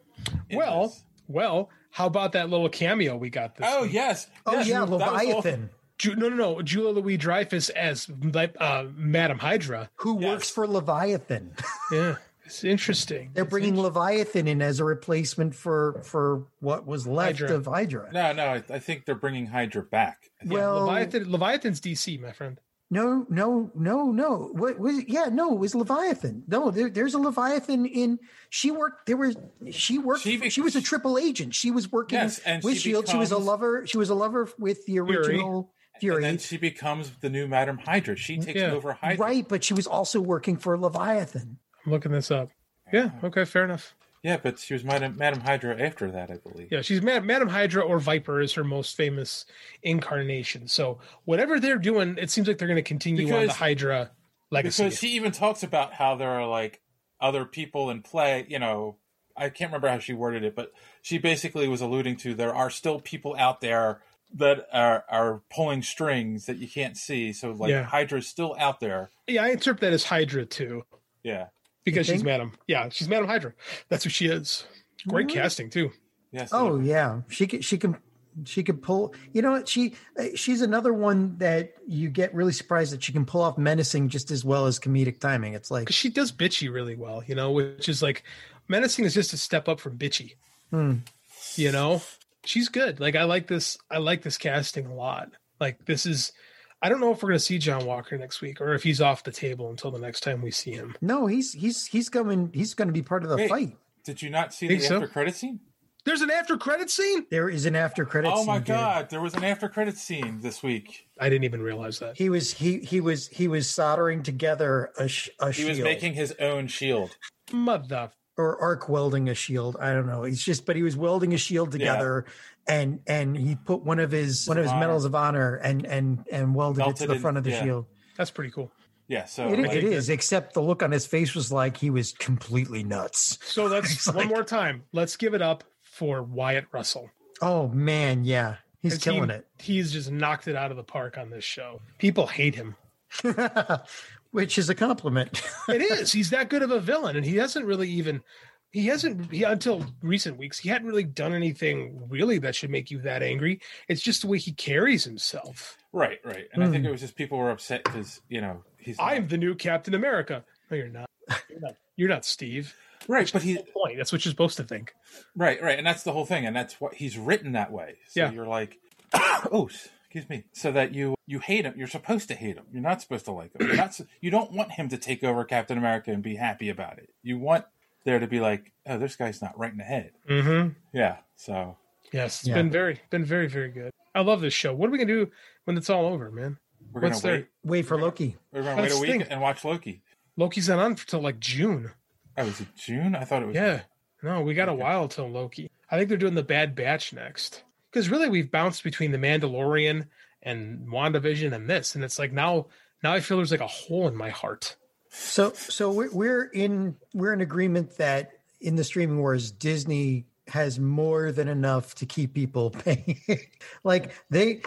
E: in
H: Well,
E: this?
H: well, how about that little cameo we got this?
E: oh yes,
D: Oh
E: yes,
D: yeah,
E: that was all-
D: Leviathan,
H: Ju- no, no, no. Julia Louis Dreyfus as like, uh, Madam Hydra.
D: who works for Leviathan.
H: Yeah, it's interesting.
D: They're bringing Leviathan in as a replacement for for what was left
H: Hydra.
D: of Hydra.
E: No, no, I, I think they're bringing Hydra back.
D: well,
H: Leviathan, Leviathan's DC, my friend.
D: no, no, no, no. What was? Yeah, no, it was Leviathan. No, there, there's a Leviathan in. She worked. There was. She worked.
E: She
D: She,
E: bec-
D: was a triple agent. She was working
E: Yes, and
D: with
E: she
D: Shield. E she was a
E: becomes-
D: lover. She was a lover with the original Fury.
E: And then she becomes the new Madam Hydra. She takes
H: Mm, Yeah.
E: over Hydra.
D: right, but she was also working for Leviathan.
H: I'm looking this up. Yeah. Okay. Fair enough.
E: Yeah, but she was Madam, Madam Hydra after that, I believe.
H: Yeah, she's Mad- Madam Hydra or Viper is her most famous incarnation. So whatever they're doing, it seems like they're going to continue on the
E: Because-
H: Hydra legacy.
E: Because she even talks about how there are like other people in play. You know, I can't remember how she worded it, but she basically was alluding to there are still people out there that are are pulling strings that you can't see. So like
H: Yeah.
E: Hydra's still out there.
H: yeah, I interpret that as Hydra too.
E: Yeah.
H: because she's
D: think?
H: Madam. Yeah, she's Madam Hydra. That's who she is. Great casting too.
E: Yes.
D: Oh yeah, she can. She can. She can pull. You know what? She uh, she's another one that you get really surprised that she can pull off menacing just as well as comedic timing. It's like
H: 'Cause she does bitchy really well, you know, which is like menacing is just a step up from bitchy.
D: Hmm.
H: You know, she's good. Like I like this. I like this casting a lot. Like this is. I don't know if we're going to see John Walker next week or if he's off the table until the next time we see him.
D: no, he's he's he's coming. He's going to be part of the
E: Wait.
D: fight.
E: Did you not see the
H: Think so?
E: after credit scene?
H: There's an after credit scene.
D: There is an after credit.
E: Oh my
D: scene, dude.
E: god, there was an after credit scene this week.
H: I didn't even realize that.
D: He was he he was he was soldering together a sh- a
E: He
D: shield
E: was making his own shield.
H: Mother.
D: or arc welding a shield. I don't know. It's just but he was welding a shield together. And and he put one of his one of his
E: honor.
D: medals of honor and and and welded it
E: Melted
D: to the
E: it,
D: front of the
E: yeah.
D: shield.
H: That's pretty cool.
E: Yeah, so
D: It is,
E: like,
D: it is, except the look on his face was like he was completely nuts.
H: So let's
D: It's like-
H: one more time. Let's give it up for Wyatt Russell.
D: Oh man, yeah, he's
H: Because
D: killing
H: he-
D: it.
H: He's just knocked it out of the park on this show. People hate him.
D: which is a compliment.
H: it is. He's that good of a villain, and he hasn't really even he hasn't he, until recent weeks. He hadn't really done anything really that should make you that angry. It's just the way he carries himself.
E: Right, right. And I
D: Hmm.
E: think it was just people were upset because you know he's
H: I'm the new Captain America. No, you're not. You're not, you're not Steve.
E: Right,
H: but he's point. That's what you're supposed to think.
E: right, right, and that's the whole thing, and that's what he's written that way. So
H: Yeah.
E: you're like, oh, excuse me, so that you you hate him. You're supposed to hate him. You're not supposed to like him. You're not. su- You don't want him to take over Captain America and be happy about it. You want there to be like, oh, this guy's not right in the head.
H: Mm-hmm.
E: Yeah. So
H: Yes, it's
E: Yeah.
H: been very, been very, very good. I love this show. What are we gonna do when it's all over, man?
E: We're gonna
H: their-
E: wait.
D: Wait for Loki.
E: we're going to wait
H: That's
E: a
H: the
E: week
H: thing.
E: and watch Loki.
H: Loki's not on until like June.
E: Oh, is it June? I thought it was.
H: Yeah. No, we got a while till Loki. I think they're doing the Bad Batch next. Because really, we've bounced between the Mandalorian and WandaVision and this, and it's like now, now I feel there's like a hole in my heart.
D: So so we're, we're in we're in agreement that in the streaming wars Disney has more than enough to keep people paying. like they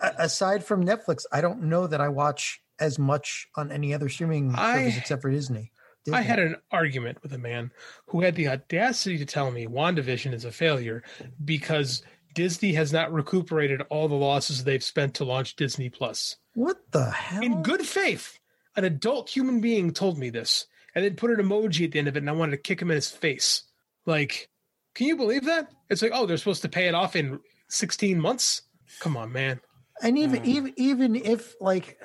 D: a- aside from Netflix, I don't know that I watch as much on any other streaming
H: I-
D: service except for Disney. Disney.
H: I had an argument with a man who had the audacity to tell me WandaVision is a failure because Disney has not recuperated all the losses they've spent to launch Disney Plus.
D: What the hell?
H: In good faith, an adult human being told me this and then put an emoji at the end of it, and I wanted to kick him in his face. Like, can you believe that? It's like, oh, they're supposed to pay it off in 16 months? Come on, man.
D: And even even even if like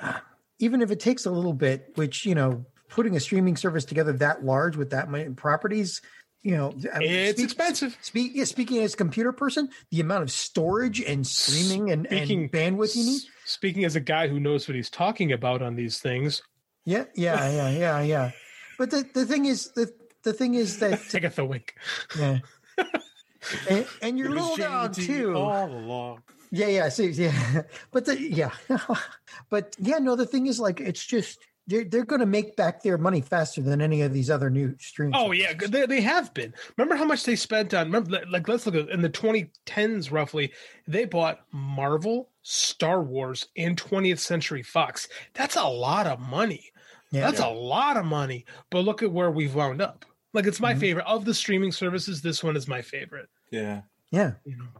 D: even if it takes a little bit, which you know, putting a streaming service together that large with that many properties, you know, I mean,
H: It's expensive.
D: Speak, yeah, speaking as a computer person, the amount of storage and streaming and,
H: Speaking-
D: and bandwidth you need.
H: Speaking as a guy who knows what he's talking about on these things,
D: Yeah, yeah, yeah, yeah, yeah. But the, the thing is the the thing is that
H: take the wink.
D: yeah. And, and your
H: It E was
D: little dog
H: JD
D: too.
E: Oh,
H: all
E: along.
D: Yeah, yeah, see, yeah, but the, yeah, but yeah, no. The thing is, like, it's just they're they're going to make back their money faster than any of these other new streams.
H: Oh yeah, good. they, they have been. Remember how much they spent on? Remember, like let's look at in the 2010s roughly. They bought Marvel, Star Wars, and 20th Century Fox. That's a lot of money.
D: Yeah.
H: That's a lot of money. But look at where we've wound up. Like it's my
D: Mm-hmm.
H: favorite of the streaming services. This one is my favorite.
E: Yeah.
D: yeah,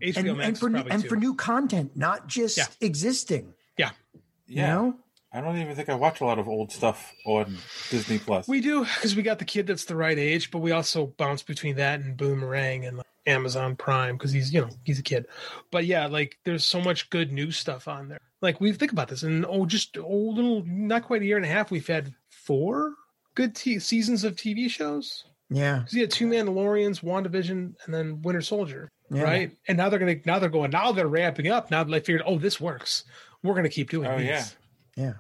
H: HBO
D: and,
H: Max
D: and for
H: is
D: new,
H: probably
D: and
H: too.
D: for new content, not just
H: Yeah.
D: existing.
H: Yeah,
E: Yeah. I don't even think I watch a lot of old stuff on Disney Plus.
H: we do because we got the kid that's the right age, but we also bounce between that and Boomerang and like, Amazon Prime because he's you know he's a kid. But yeah, like there's so much good new stuff on there. Like we think about this, and oh, just oh, little not quite a year and a half, we've had four good t- seasons of TV shows.
D: Yeah,
H: Because you had two Mandalorians, WandaVision, and then Winter Soldier,
D: Yeah.
H: right? And now they're gonna now they're going now they're ramping up. Now they figured, oh, this works. We're gonna keep doing
E: Oh,
H: these.
E: yeah.
D: Yeah.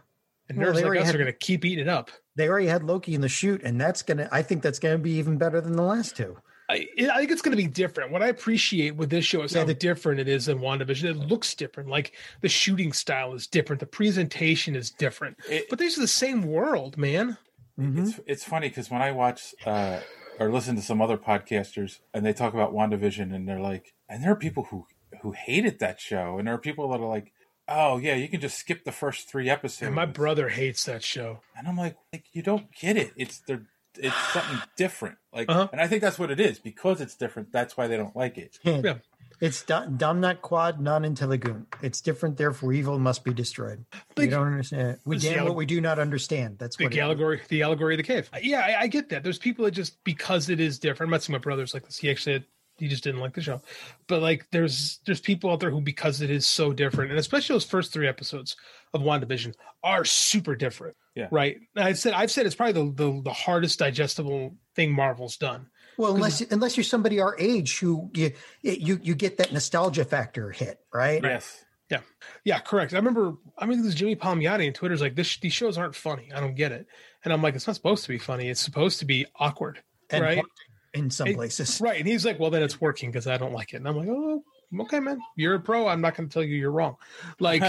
H: And
D: Well,
H: nerds
D: they
H: like
D: already
H: us
D: had-
H: are gonna keep eating it up.
D: They already had Loki in the shoot, and that's gonna. I think that's gonna be even better than the last two.
H: I, I think it's going to be different. What I appreciate with this show is how different it is than WandaVision. It looks different. Like the shooting style is different. The presentation is different. but these are the same world, man. Mm-hmm.
E: It's it's funny because when I watch uh, or listen to some other podcasters and they talk about WandaVision and they're like, and there are people who who hated that show and there are people that are like, oh yeah, you can just skip the first three episodes.
H: And my brother hates that show.
E: And I'm like, like you don't get it. It's they're it's something different. Like,
H: Uh-huh.
E: and I think that's what it is because it's different. That's why they don't like it.
H: Yeah.
D: It's do- Domnat Quad non intelligent. It's different, therefore evil must be destroyed. we
H: Like-
D: don't understand. it. We
H: It's
D: damn
H: the
D: what
H: alleg-
D: we do not understand. That's
H: The
D: what it is.
H: allegory, the allegory of the cave. Uh, Yeah, I, I get that. There's people that just because it is different. I'm not saying my brother's like this. He actually had, he just didn't like the show. But like, there's there's people out there who because it is so different, and especially those first three episodes of WandaVision are super different.
E: Yeah.
H: Right. And I said I've said it's probably the the, the hardest digestible thing Marvel's done.
D: Well, unless unless you're somebody our age who you you you get that nostalgia factor hit, right?
E: Yes.
H: Yeah. Yeah, correct. I remember I mean this is Jimmy Palmiotti on Twitter's like this these shows aren't funny. I don't get it. And I'm like, it's not supposed to be funny. It's supposed to be awkward.
D: And
H: right.
D: haunting in some
H: It-
D: places.
H: Right. And he's like, well, then it's working because I don't like it. And I'm like, oh, okay, man, you're a pro. I'm not going to tell you you're wrong. Like,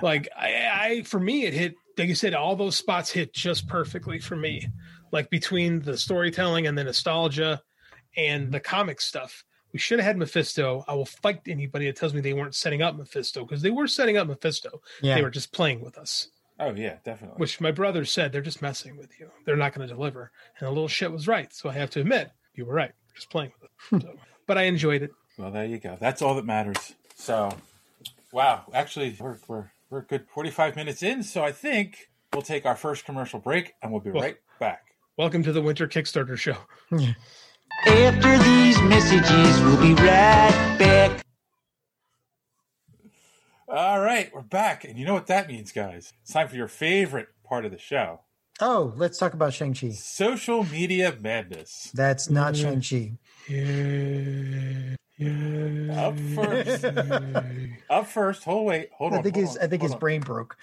H: like I, I, for me, it hit, like you said, all those spots hit just perfectly for me. Like between the storytelling and the nostalgia and the comic stuff, we should have had Mephisto. I will fight anybody that tells me they weren't setting up Mephisto because they were setting up Mephisto.
D: Yeah.
H: They were just playing with us.
E: Oh yeah, definitely.
H: which my brother said they're just messing with you. They're not going to deliver. And the little shit was right. So I have to admit, you were right. Just playing with
D: Hmm.
H: it. So, but I enjoyed it.
E: Well, there you go. That's all that matters. So, wow. Actually, we're we're we're a good forty-five minutes in. So I think we'll take our first commercial break, and we'll be
H: Well-
E: right back.
H: Welcome to the Winter Kickstarter show.
I: After these messages, we'll be right back.
E: All right, we're back, and you know what that means, guys. It's time for your favorite part of the show:
D: Oh, let's talk about Shang-Chi.
E: social media madness.
D: That's not Shang-Chi.
E: Up first, up first. Hold wait, hold on.
D: I think
E: hold
D: his
E: on,
D: I
E: hold
D: think his
E: on.
D: brain broke.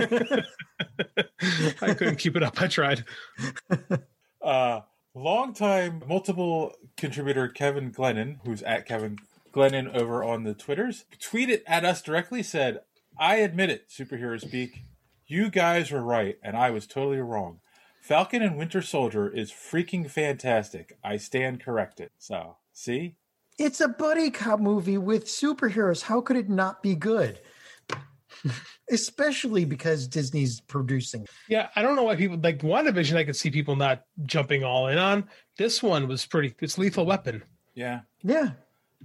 H: I couldn't keep it up. I tried.
E: uh, longtime multiple contributor Kevin Glennon, who's at Kevin Glennon over on the Twitters, tweeted at us directly, said, I admit it, superhero speak. You guys were right, and I was totally wrong. Falcon and Winter Soldier is freaking fantastic. I stand corrected. So, see?
D: It's a buddy cop movie with superheroes. How could it not be good? Especially because Disney's producing.
H: Yeah, I don't know why people like WandaVision. I could see people not jumping all in on. This one was pretty. It's Lethal Weapon.
E: Yeah.
D: Yeah,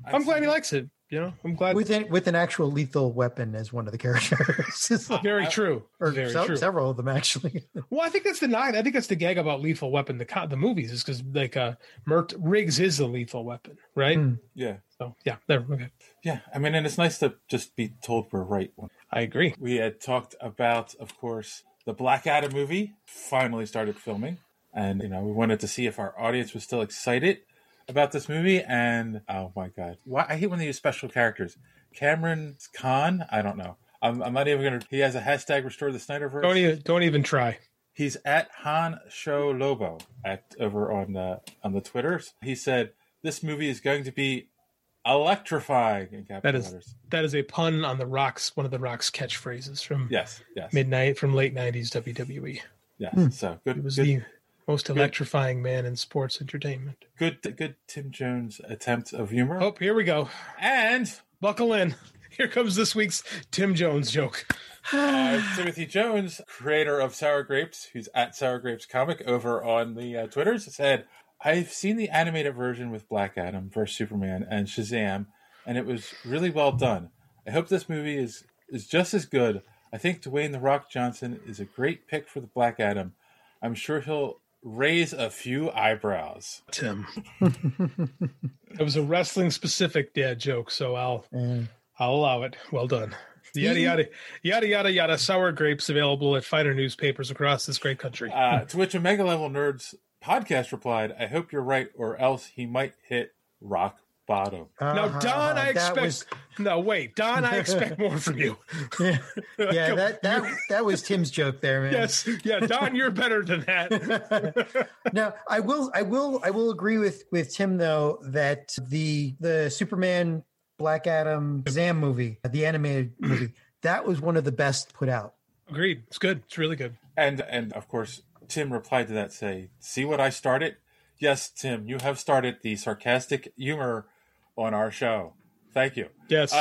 H: i am glad he likes it. You know, I'm glad.
D: with an, with an actual lethal weapon as one of the characters. It's like-
H: Very true.
D: Or
H: Very
D: se-
H: true.
D: several of them actually.
H: Well, I think that's the knock. I think that's the gag about Lethal Weapon, the co- the movies, is because like uh, Mert Riggs is a lethal weapon, right?
E: Yeah.
H: So yeah, there. Okay.
E: Yeah, I mean, and it's nice to just be told we're right.
H: I agree.
E: We had talked about, of course, the Black Adam movie finally started filming, and you know we wanted to see if our audience was still excited about this movie. And oh my god, why I hate when they use special characters. Cameron Khan, I don't know. I'm, I'm not even gonna. He has a hashtag Restore the Snyderverse.
H: Don't even don't even try.
E: He's at Han Show Lobo at over on the on the Twitters. He said this movie is going to be electrifying in capital
H: That is
E: letters.
H: that is a pun on the Rock's one of the Rock's catchphrases from
E: Yes, yes,
H: midnight from late '90s WWE.
E: yes. So good.
H: Hmm. It E. was
E: good-
H: the most
E: Good.
H: electrifying man in sports entertainment.
E: good good Tim Jones attempt of humor.
H: Oh, here we go.
E: And
H: buckle in. Here comes this week's Tim Jones joke.
E: Uh, Timothy Jones, creator of Sour Grapes, who's at Sour Grapes Comic over on the uh, Twitters, said, "I've seen the animated version with Black Adam versus Superman and Shazam, and it was really well done. I hope this movie is is just as good. I think Dwayne the Rock Johnson is a great pick for the Black Adam. I'm sure he'll raise a few eyebrows."
H: Tim. It was a wrestling specific dad joke, so I'll
D: Mm.
H: I'll allow it. Well done. Yada yada yada yada yada. Sour grapes available at finer newspapers across this great country.
E: Uh, to which Omega Level Nerds podcast replied, I hope you're right, or else he might hit rock bottom.
H: now,
D: Uh-huh,
H: Don, I
D: that
H: expect
D: was-
H: no wait, Don, I expect more from you.
D: yeah, yeah
H: Come-
D: that that that was Tim's joke there, man.
H: Yes, yeah, Don, you're better than that.
D: Now, I will, I will, I will agree with with Tim though that the the Superman, Black Adam, Shazam movie, the animated movie, that was one of the best put out.
H: Agreed. It's good. It's really good.
E: And and of course, Tim replied to that, say, "See what I started? Yes, Tim, you have started the sarcastic humor on our show. Thank you.
H: Yes,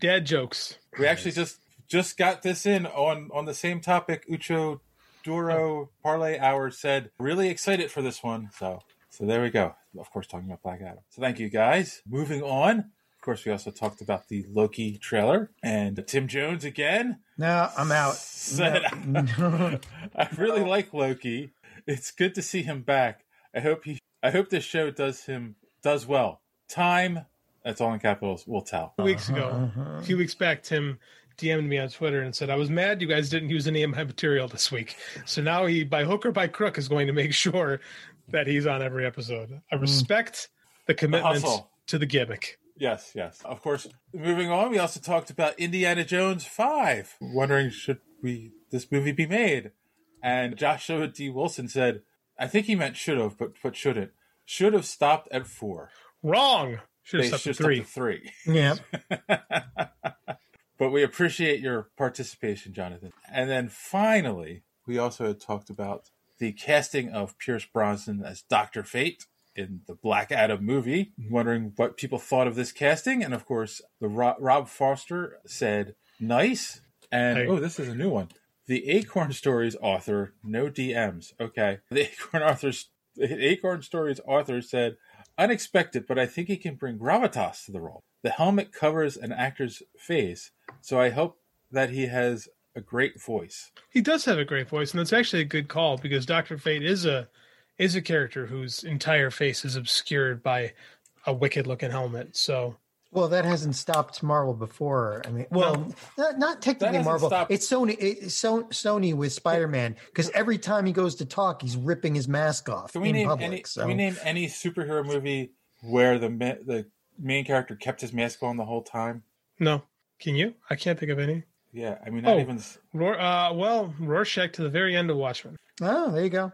H: dad jokes.
E: We actually just just got this in on on the same topic. Ucho Duro Parlay Hour said, really excited for this one. So so there we go. Of course, talking about Black Adam. So thank you guys. Moving on. Of course, we also talked about the Loki trailer and Tim Jones again
D: No, I'm out.
E: said, I really like Loki. It's good to see him back. I hope he. I hope this show does him does well. Time. That's all in capitals. We'll tell.
H: few weeks ago, a few weeks back, Tim DM'd me on Twitter and said, I was mad you guys didn't use any of my material this week. So now he, by hook or by crook, is going to make sure that he's on every episode. I respect the commitment
E: hustle.
H: to the gimmick.
E: Yes, yes. Of course. Moving on, we also talked about Indiana Jones Five. Wondering should we this movie be made? And Joshua D. Wilson said, I think he meant should have, but but shouldn't. Should have stopped at four.
H: Wrong. Should
E: They
H: have stopped at
E: should've stopped
H: three.
E: at three.
D: Yeah,
E: But we appreciate your participation, Jonathan. And then finally, we also had talked about the casting of Pierce Bronson as Dr. Fate in the Black Adam movie, wondering what people thought of this casting. And of course, the Ro- Rob Foster said, nice. And oh, this is a new one. The Acorn Stories author, no DMs. Okay. The Acorn authors the Acorn Stories author said, unexpected, but I think he can bring gravitas to the role. The helmet covers an actor's face, so I hope that he has a great voice.
H: He does have a great voice, and that's actually a good call because Doctor Fate is a is a character whose entire face is obscured by a wicked looking helmet. So
D: Well, that hasn't stopped Marvel before. I mean, well, not, not technically
H: hasn't
D: Marvel.
H: stopped-
D: It's Sony. It's so, Sony with Spider Man because every time he goes to talk, he's ripping his mask off
E: Can we
D: in
E: name
D: public.
E: any?
D: so
E: Can we name any superhero movie where the ma- the main character kept his mask on the whole time?
H: no. Can you? I can't think of any.
E: Yeah, I mean, not
H: Oh.
E: even.
H: Ror- uh, well, Rorschach to the very end of Watchmen.
D: oh, there you go.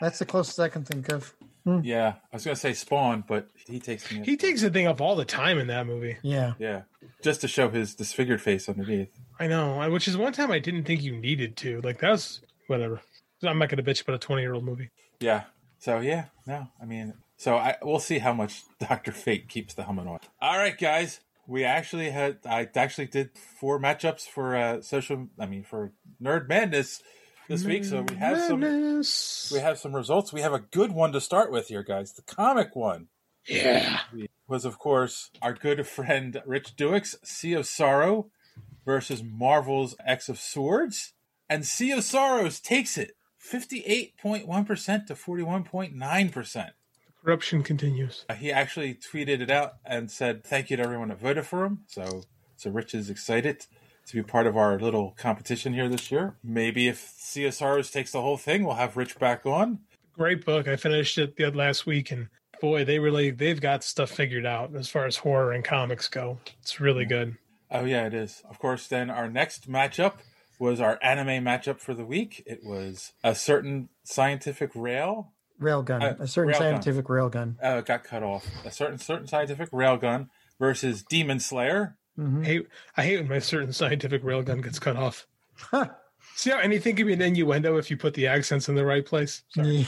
D: That's the closest I can think of.
E: Yeah, I was gonna say Spawn, but he takes the mask.
H: He takes the thing up all the time in that movie.
D: Yeah,
E: yeah, just to show his disfigured face underneath.
H: I know, I- which is one time I didn't think you needed to. Like that was whatever. I'm not going to bitch about a 20 year old movie.
E: Yeah. So yeah, no, I mean, so I we'll see how much Doctor Fate keeps the helmet on. All right, guys, we actually had I actually did four matchups for uh, social. I mean, for Nerd Madness this week. So we have some we have some results. We have a good one to start with here, guys. The comic one.
H: Yeah.
E: Was of course our good friend Rich Duick's Sea of Sorrow versus Marvel's X of Swords. And Sea of Sorrows takes it 58.1% to 41.9%.
H: Corruption continues.
E: Uh, He actually tweeted it out and said thank you to everyone that voted for him. So, so Rich is excited to be part of our little competition here this year. Maybe if Sea of Sorrows takes the whole thing, we'll have Rich back on.
H: Great book. I finished it the last week, and boy, they really they've got stuff figured out as far as horror and comics go. It's really good.
E: Oh yeah, it is. Of course, then our next matchup was our anime matchup for the week. It was a certain scientific rail
D: Railgun,
E: Uh,
D: a certain
E: railgun.
D: scientific railgun.
E: Oh, it got cut off. A certain certain scientific railgun versus Demon Slayer.
H: I hate, I hate when my certain scientific railgun gets cut off. See how anything can be an innuendo if you put the accents in the right place. Sorry.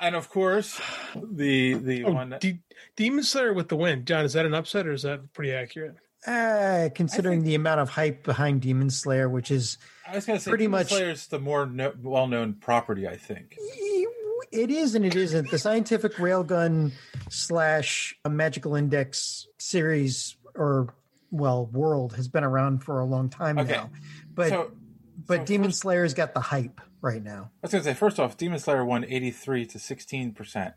E: And of course, the the
H: Oh,
E: one that,
H: De- Demon Slayer with the win. John, is that an upset or is that pretty accurate?
D: Uh, considering the amount of hype behind Demon Slayer, which is
E: I was going to say
D: pretty
E: Demon
D: much-
E: Slayer's the more no, well-known property, I think.
D: it is and it isn't. The scientific railgun slash a magical index series or well world has been around for a long time
E: Okay.
D: now, but
E: So-
D: but Demon Slayer's got the hype right
E: I
D: now.
E: was going to say first off, Demon Slayer won 83 to 16%.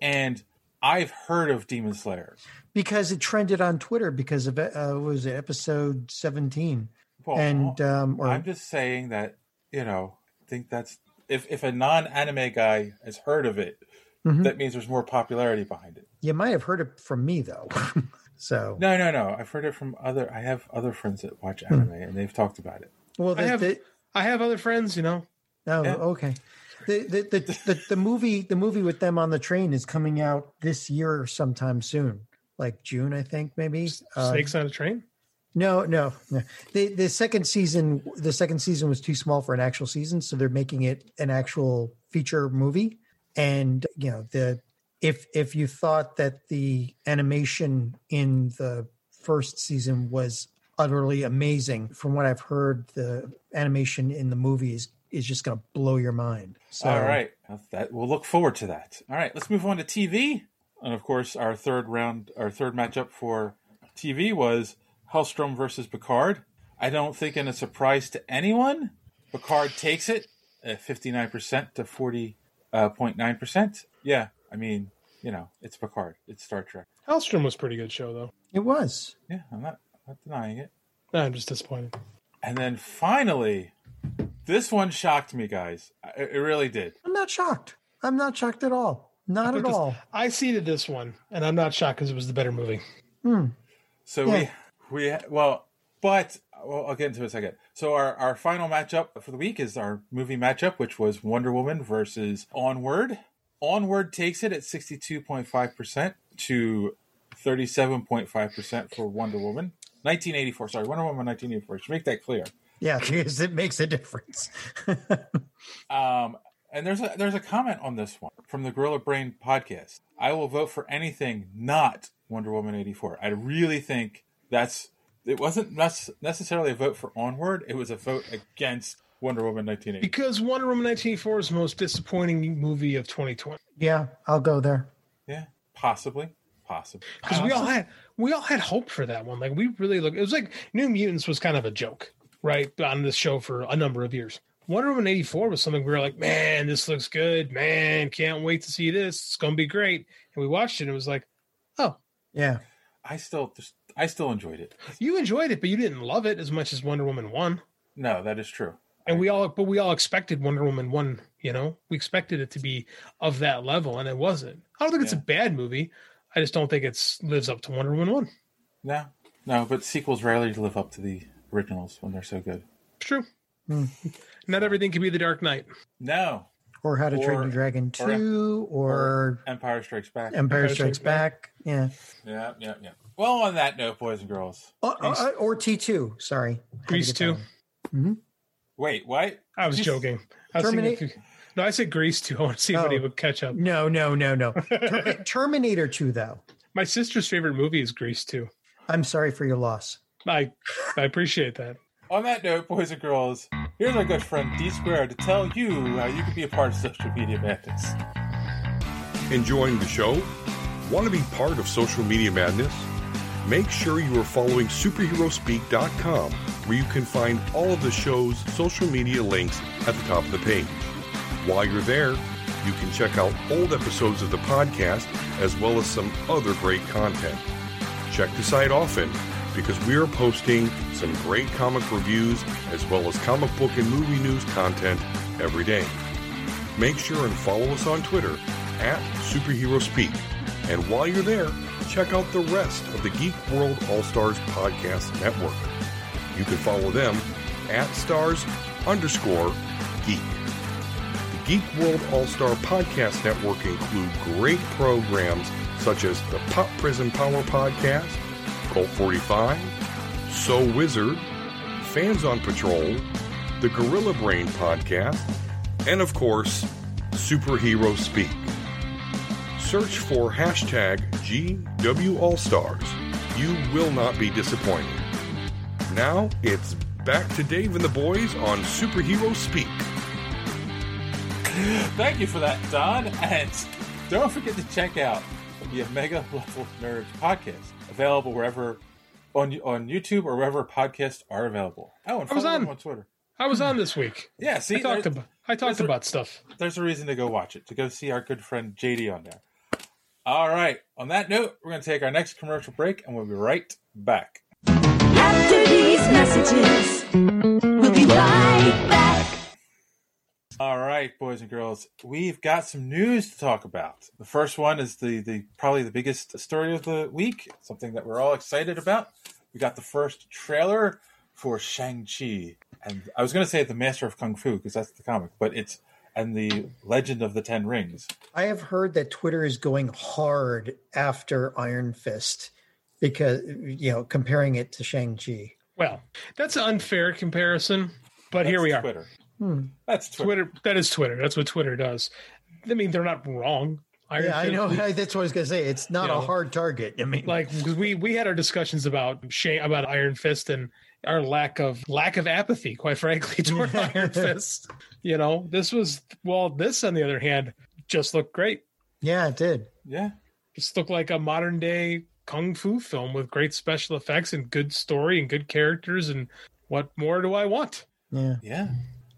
E: And I've heard of Demon Slayer.
D: because it trended on Twitter because of uh, what was it episode seventeen,
E: Oh, Well,
D: and um, or
E: I'm just saying that, you know, I think that's if if a non-anime guy has heard of it,
D: Mhm.
E: that means there's more popularity behind it.
D: you might have heard it from me though. so
E: No, no, no. I've heard it from other. I have other friends that watch anime, and they've talked about it.
D: well,
H: I
D: the-
H: have
D: the-
H: I have other friends, you know.
D: no,
E: Yeah.
D: Oh, okay. The the, the the the movie the movie with them on the train is coming out this year sometime soon, like June, I think maybe. Uh,
H: Snakes on a train.
D: No, no, no. The the second season the second season was too small for an actual season, so they're making it an actual feature movie. And you know, the if if you thought that the animation in the first season was utterly amazing, from what I've heard, the animation in the movie is is just going to blow your mind. So,
E: All right, that we'll look forward to that. All right, let's move on to TV, and of course, our third round, our third matchup for TV was Hellstrom versus Picard. I don't think in a surprise to anyone, Picard takes it, fifty nine percent to forty uh, point nine percent. Yeah, I mean, you know, it's Picard, it's Star Trek.
H: Hellstrom was a pretty good show though.
D: it was
E: Yeah, I'm not, I'm not denying it.
H: No, I'm just disappointed.
E: And then finally, this one shocked me, guys. I- It really did.
D: I'm not shocked. I'm not shocked at all. Not
H: Put
D: at
H: this-
D: all.
H: I seeded this one, and I'm not shocked because it was the better movie.
D: Hmm.
E: So we
D: Yeah.
E: we well, but well, I'll get into it in a second. So our our final matchup for the week is our movie matchup, which was Wonder Woman versus Onward. Onward takes it at sixty two point five percent to thirty seven point five percent for Wonder Woman. 1984, sorry, Wonder Woman 1984. Should make that clear.
D: Yeah, because it makes a difference.
E: Um, and there's a there's a comment on this one from the Gorilla Brain podcast. I will vote for anything not Wonder Woman eighty four. I really think that's it wasn't nes- necessarily a vote for Onward. It was a vote against Wonder Woman 1980.
H: Because Wonder Woman 1984 is the most disappointing movie of 2020.
D: Yeah, I'll go there.
E: Yeah, possibly, possibly.
H: Because we all had we all had hope for that one. Like we really look. It was like New Mutants was kind of a joke, right, on this show for a number of years. Wonder Woman 84 was something we were like, man, this looks good. Man, can't wait to see this. It's going to be great. And we watched it and it was like, oh.
D: Yeah.
E: I still just I still enjoyed it.
H: You enjoyed it, but you didn't love it as much as Wonder Woman 1.
E: No, that is true.
H: And we all but we all expected Wonder Woman 1, you know? We expected it to be of that level and it wasn't. I don't think it's a bad movie. I just don't think it's lives up to Wonder Woman 1.
E: No. No, but sequels rarely live up to the originals when they're so good.
H: It's true. Not everything can be the Dark Knight.
E: No.
D: Or How to Train Your Dragon
E: or-
D: 2 or,
E: Empire Strikes Back.
D: Empire Strikes Back. Yeah.
E: Yeah, yeah, yeah. Well, on that note, boys and girls.
D: Or, or, uh, or T2. Sorry.
H: Grease 2.
E: Wait, what?
H: I was joking. I was
D: Terminate-
H: thinking- no, I said Grease 2. I want to see if anybody would catch up.
D: No, no, no, no. Termi- Terminator 2, though.
H: My sister's favorite movie is Grease 2.
D: I'm sorry for your loss.
H: I I appreciate that.
E: On that note, boys and girls, here's our good friend D Square to tell you how you can be a part of social media madness.
J: Enjoying the show? Want to be part of social media madness? Make sure you are following superheroespeak.com where you can find all of the show's social media links at the top of the page. While you're there, you can check out old episodes of the podcast as well as some other great content. Check the site often because we are posting some great comic reviews as well as comic book and movie news content every day. Make sure and follow us on Twitter at Superhero Speak. And while you're there, check out the rest of the Geek World All Stars Podcast Network. You can follow them at stars underscore geek. The Geek World All Star Podcast Network include great programs such as the Pop Prison Power Podcast, Cult 45, So Wizard, Fans on Patrol, the Gorilla Brain Podcast, and of course, Superhero Speak. Search for hashtag GWAllStars. You will not be disappointed. Now it's back to Dave and the boys on Superhero Speak.
E: Thank you for that, Don. And don't forget to check out the Omega Level Nerds podcast, available wherever on on YouTube or wherever podcasts are available. Oh, and
H: I was
E: follow
H: on.
E: them on Twitter.
H: I was on this week.
E: Yeah, see,
H: I talked
E: there-
H: about I talked about stuff.
E: There's a reason to go watch it, to go see our good friend JD on there. All right. On that note, we're going to take our next commercial break, and we'll be right back.
I: After these messages, we'll be right back.
E: All right, boys and girls, we've got some news to talk about. The first one is the, the probably the biggest story of the week, something that we're all excited about. We got the first trailer for Shang-Chi. And I was going to say The Master of Kung Fu because that's the comic, but it's and the Legend of the Ten Rings.
D: I have heard that Twitter is going hard after Iron Fist because, you know, comparing it to Shang-Chi.
H: Well, that's an unfair comparison, but here we are.
E: Twitter.
D: Hmm.
E: That's
H: Twitter. That is Twitter. That's what Twitter does. I mean, they're not wrong. Iron
D: yeah, I
H: Fist-
D: know. That's what I was going to say. It's not
H: You know.
D: a hard target. I mean,
H: like 'cause we we had our discussions about Shane about Iron Fist and our lack of lack of apathy, quite frankly, toward Iron Fist. You know, this was well, this on the other hand just looked great.
D: yeah, it did.
E: Yeah.
H: Just looked like a modern day kung fu film with great special effects and good story and good characters and what more do I want?
D: Yeah.
E: Yeah.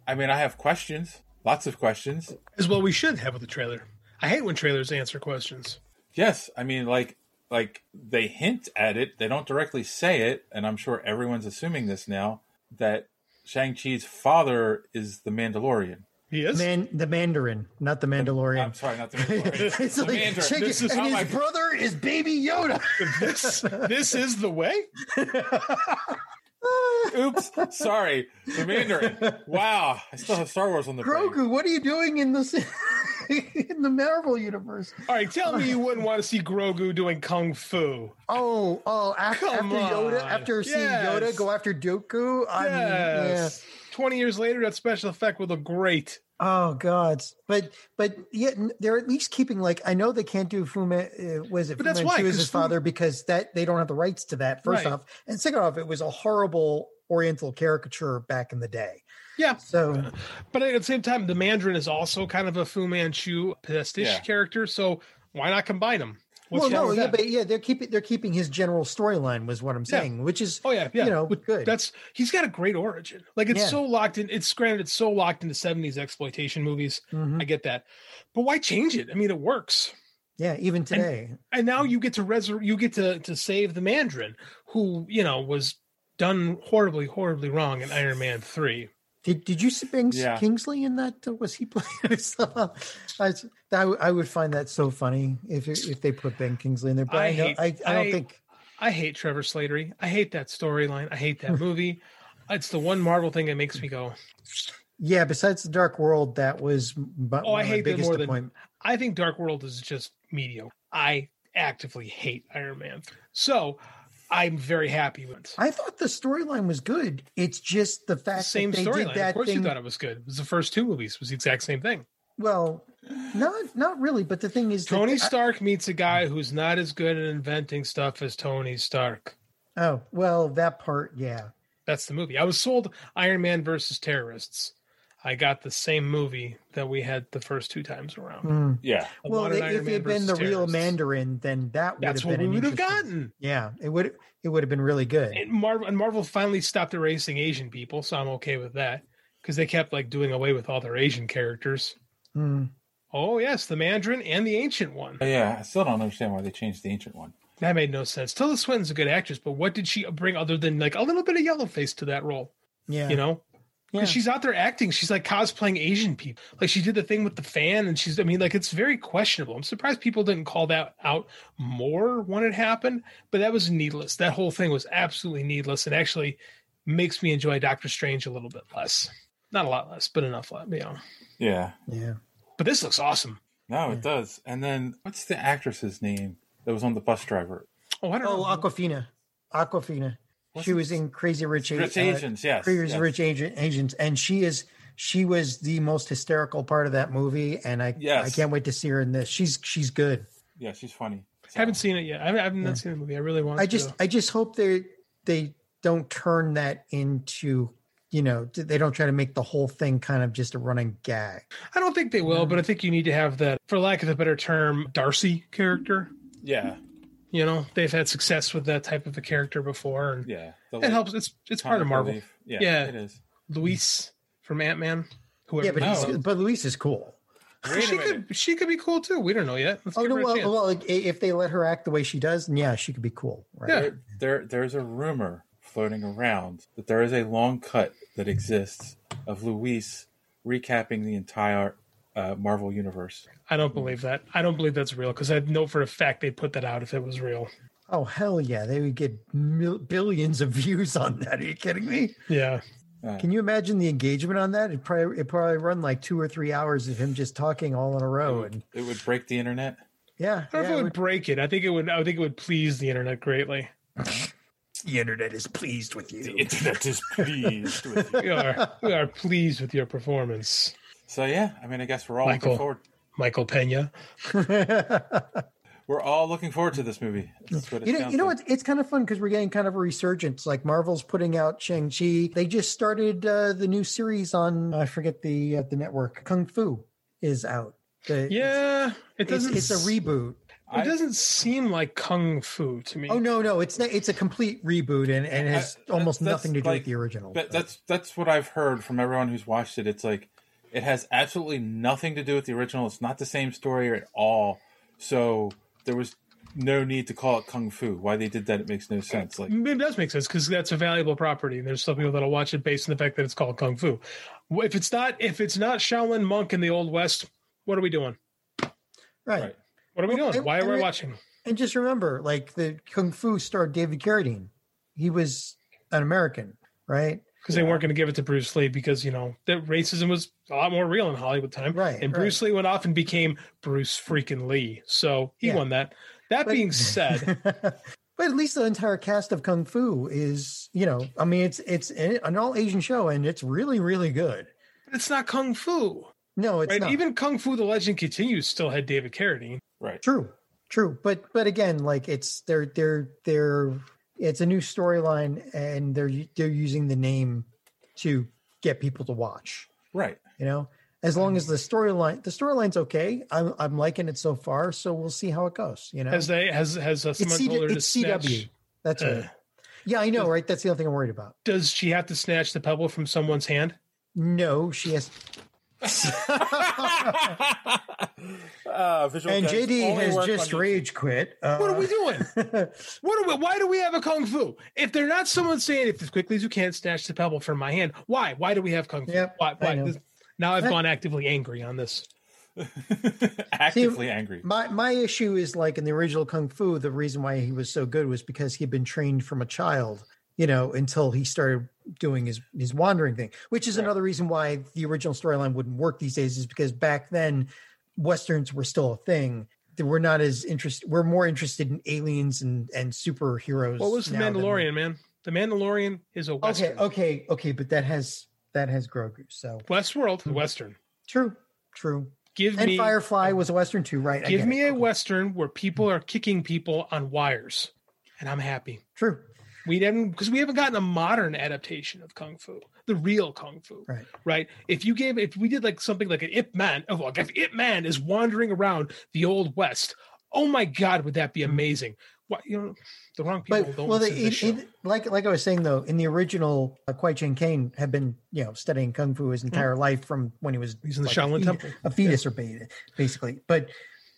E: I mean, I have questions, lots of questions.
H: As well we should have with a trailer. I hate when trailers answer questions.
E: Yes, I mean like like they hint at it, they don't directly say it, and I'm sure everyone's assuming this now that Shang-Chi's father is the Mandalorian.
H: He is
D: man, the Mandarin, not the Mandalorian. I'm
E: sorry, not the
D: Mandalorian. it's
E: The
D: like,
E: Mandarin.
D: check
E: This
D: it,
E: is-
D: and
E: oh
D: his
E: my-
D: brother is Baby Yoda.
H: this this is the way?
E: Oops, sorry. The Mandarin. Wow, I still have Star Wars on the brain.
D: Grogu, what are you doing in this in the Marvel universe?
H: All right, tell me you wouldn't want to see Grogu doing kung fu.
D: Oh, oh, after,
H: Come
D: after Yoda,
H: on.
D: after seeing Yoda
H: Yes.
D: go after Dooku, I mean, yeah.
H: Yes. 20 years later, that special effect would look great.
D: Oh God! But but yeah, n- they're at least keeping like I know they can't do Fuma. Uh, was it?
H: But that's
D: Fu
H: why,
D: Manchu as
H: 'cause
D: his
H: Fu-
D: father because that they don't have the rights to that. First
H: Right.
D: off, and second off, it was a horrible Oriental caricature back in the day.
H: Yeah.
D: So
H: But at the same time, the Mandarin is also kind of a Fu Manchu pastiche
D: Yeah.
H: character, so why not combine them?
D: well, no, yeah, but yeah, they're keeping they're keeping his general storyline was what I'm saying, which is
H: oh yeah, yeah,
D: you know
H: But
D: good.
H: That's he's got a great origin. Like it's
D: Yeah.
H: so locked in. It's granted, it's so locked into '70s exploitation movies.
D: Mm-hmm.
H: I get that, but why change it? I mean, it works.
D: yeah, even
H: And-
D: today.
H: And, now you get to resur- you get to to save the Mandarin, who you know was done horribly, horribly wrong in Iron Man Three.
D: Did Did you see Bings,
H: Yeah.
D: Kingsley in that? Uh, Was he playing? himself? I, s- that w- I would find that so funny if it- if they put Ben Kingsley in there. But I, know, I, I don't think.
H: I hate Trevor Slatery. I hate that storyline. I hate that movie. It's the one Marvel thing that makes me go,
D: Yeah, besides the Dark World, that was m- my,
H: "Oh, I hate that
D: biggest
H: more than."
D: disappointment.
H: I think Dark World is just mediocre. I actively hate Iron Man, so I'm very happy with it.
D: I thought the storyline was good. It's just the fact
H: Same
D: that they did
H: storyline.
D: that
H: Of course,
D: thing.
H: you thought it was good. It was the first two movies. It was the exact same thing.
D: Well, not not really. But the uh, thing is, that
H: Tony
D: I-
H: Stark meets a guy who's not as good at inventing stuff as Tony Stark.
D: oh well, that part, yeah.
H: That's the movie. I was sold Iron Man versus terrorists. I got the same movie that we had the first two times around.
D: Mm.
E: Yeah.
H: I
D: well,
H: wanted
D: they,
H: Iron
D: if it
H: Man
D: had been the
H: versus
D: real
H: terrorists.
D: Mandarin, then that would
H: That's
D: have
H: what
D: been
H: we
D: an
H: would have
D: interesting-
H: gotten.
D: Yeah, it would it would have been really good.
H: And Marvel and Marvel finally stopped erasing Asian people, so I'm okay with that because they kept like doing away with all their Asian characters.
D: Mm.
H: Oh yes, the Mandarin and the Ancient One.
E: But yeah, I still don't understand why they changed the ancient one.
H: That made no sense. Tilda Swinton's a good actress, but what did she bring other than like a little bit of yellow face to that role?
D: Yeah.
H: You know?
D: Yeah.
H: Because she's out there acting. She's like cosplaying Asian people. Like she did the thing with the fan, and she's, I mean, like it's very questionable. I'm surprised people didn't call that out more when it happened, but that was needless. That whole thing was absolutely needless and actually makes me enjoy Doctor Strange a little bit less. Not a lot less, but enough, you know.
E: Yeah.
D: Yeah.
H: But this looks awesome.
E: No, it does. And then what's the actress's name that was on the bus driver?
H: Oh, I don't
D: oh, Aquafina. Aquafina. she was in Crazy Rich, A-
E: Rich Asians, yes,
D: Crazy
E: yes.
D: Rich Agent, Agents, and she is she was the most hysterical part of that movie, and I
E: Yes.
D: I can't wait to see her in this. She's she's good.
E: Yeah, she's funny.
H: haven't seen it yet. I haven't, I haven't
D: Yeah.
H: seen the movie. I really want
D: I
H: to,
D: just
H: though.
D: I just hope they they don't turn that into you know they don't try to make the whole thing kind of just a running gag.
H: I don't think they will, but I think you need to have that, for lack of a better term, Darcy character.
E: Yeah.
H: You know, they've had success with that type of a character before, and
E: Yeah.
H: it helps. It's it's part of
E: comic
H: Marvel.
E: relief. Yeah, it is.
H: Luis from Ant Man.
D: yeah, but he's, but Luis is cool.
H: she could she could be cool too. We don't know yet. Let's
D: Oh
H: give
D: no!
H: her a
D: Well,
H: chance.
D: well, like, i- if they let her act the way she does, then yeah, she could be cool, right?
E: There, there, there's a rumor floating around that there is a long cut that exists of Luis recapping the entire uh, Marvel universe.
H: I don't believe that. I don't believe that's real because I know for a fact they put that out if it was real.
D: Oh hell yeah! They would get mil- billions of views on that. Are you kidding me?
H: Yeah.
D: Can you imagine the engagement on that? It probably it probably run like two or three hours of him just talking all in a row. And
E: It would break the internet.
D: yeah,
H: I don't know
D: yeah,
H: if it would break it. I think it would. I think it would please the internet greatly.
D: The internet is pleased with you. The
E: internet is pleased with
H: we are we are pleased with your performance,
E: So yeah, I mean, I guess we're all looking
H: Michael.
E: forward.
H: Michael Pena.
E: We're all looking forward to this movie. That's what it
D: You know,
E: sounds
D: you know
E: like.
D: what? It's kind of fun because we're getting kind of a resurgence. Like Marvel's putting out Shang Chi. They just started uh, the new series on I forget the uh, the network. Kung Fu is out. The-
H: Yeah, it
D: it's,
H: doesn't.
D: it's a reboot.
H: It doesn't seem like kung fu to me.
D: Oh no, no, it's not, it's a complete reboot and, and it has
E: I-
D: almost
E: that's
D: nothing to do
E: like-
D: with the original.
E: That, that's that's what I've heard from everyone who's watched it. It's like it has absolutely nothing to do with the original. It's not the same story at all. So there was no need to call it kung fu. Why they did that, it makes no sense. Like
H: It does make sense because that's a valuable property, and there's some people that'll watch it based on the fact that it's called kung fu. If it's not, if it's not Shaolin monk in the old west, what are we doing?
D: right.
H: What are we
D: Well,
H: doing?
D: and-
H: Why
D: and
H: are we
D: it-
H: watching?
D: And just remember, like the Kung Fu starred David Carradine. He was an American, right?
H: Because they weren't going to give it to Bruce Lee because you know that racism was a lot more real in Hollywood time. Right. And Bruce Lee went off and became Bruce freaking Lee, so he
D: Yeah.
H: won that. That being said,
D: But at least the entire cast of Kung Fu is, you know, I mean, it's it's an all Asian show, and it's really really good.
H: But it's not Kung Fu.
D: No, it's
H: right?
D: not.
H: Even Kung Fu: The Legend Continues still had David Carradine.
E: Right.
D: True, true. But but again, like it's they're they're they're it's a new storyline, and they're they're using the name to get people to watch.
E: Right.
D: You know, as long as the storyline the storyline's okay, I'm I'm liking it so far. So we'll see how it goes. You know,
H: Has they has has uh,
D: It's
H: someone
D: C-
H: told her to
D: it's CW.
H: snatch-
D: That's
H: Uh,
D: right. Yeah, I know, right? That's the only thing I'm worried about.
H: Does she have to snatch the pebble from someone's hand?
D: No, she has.
E: Uh, visual
D: and
E: gags
D: JD
E: only
D: has
E: work
D: just
E: on-
D: rage quit. Uh,
H: What are we doing? what are we? Why do we have a kung fu? If they're not someone saying, "If as quickly as you can, snatch the pebble from my hand," why? Why do we have kung fu? why? why? This- now I've gone actively angry on this.
E: actively angry.
D: My my issue is like in the original Kung Fu, the reason why he was so good was because he'd been trained from a child, you know, until he started doing his his wandering thing, which is another reason why the original storyline wouldn't work these days, is because back then westerns were still a thing. They We're not as interested. We're more interested in aliens and and superheroes.
H: What was the
D: now than-
H: Mandalorian, man? The Mandalorian is a
D: Okay,
H: western.
D: okay, okay, but that has that has Grogu. So
H: Westworld, western.
D: true, true.
H: Give
D: and
H: me
D: Firefly was a western too, right? I
H: give
D: get it.
H: me a western where people are kicking people on wires, and I'm happy.
D: True.
H: We didn't because we haven't gotten a modern adaptation of kung fu, the real kung fu.
D: Right.
H: Right. If you gave, if we did like something like an Ip Man, oh, like if Ip Man is wandering around the old west, oh my God, would that be amazing? Why you know, the wrong people
D: But
H: don't
D: well,
H: listen to
D: the,
H: this
D: it,
H: show.
D: it, like like I was saying though, in the original, uh, Kwai Ching Kane had been you know studying kung fu his entire life from when he was
H: Hmm. He's in the
D: like,
H: Shaolin
D: a,
H: Temple.
D: a fetus or baby, basically. But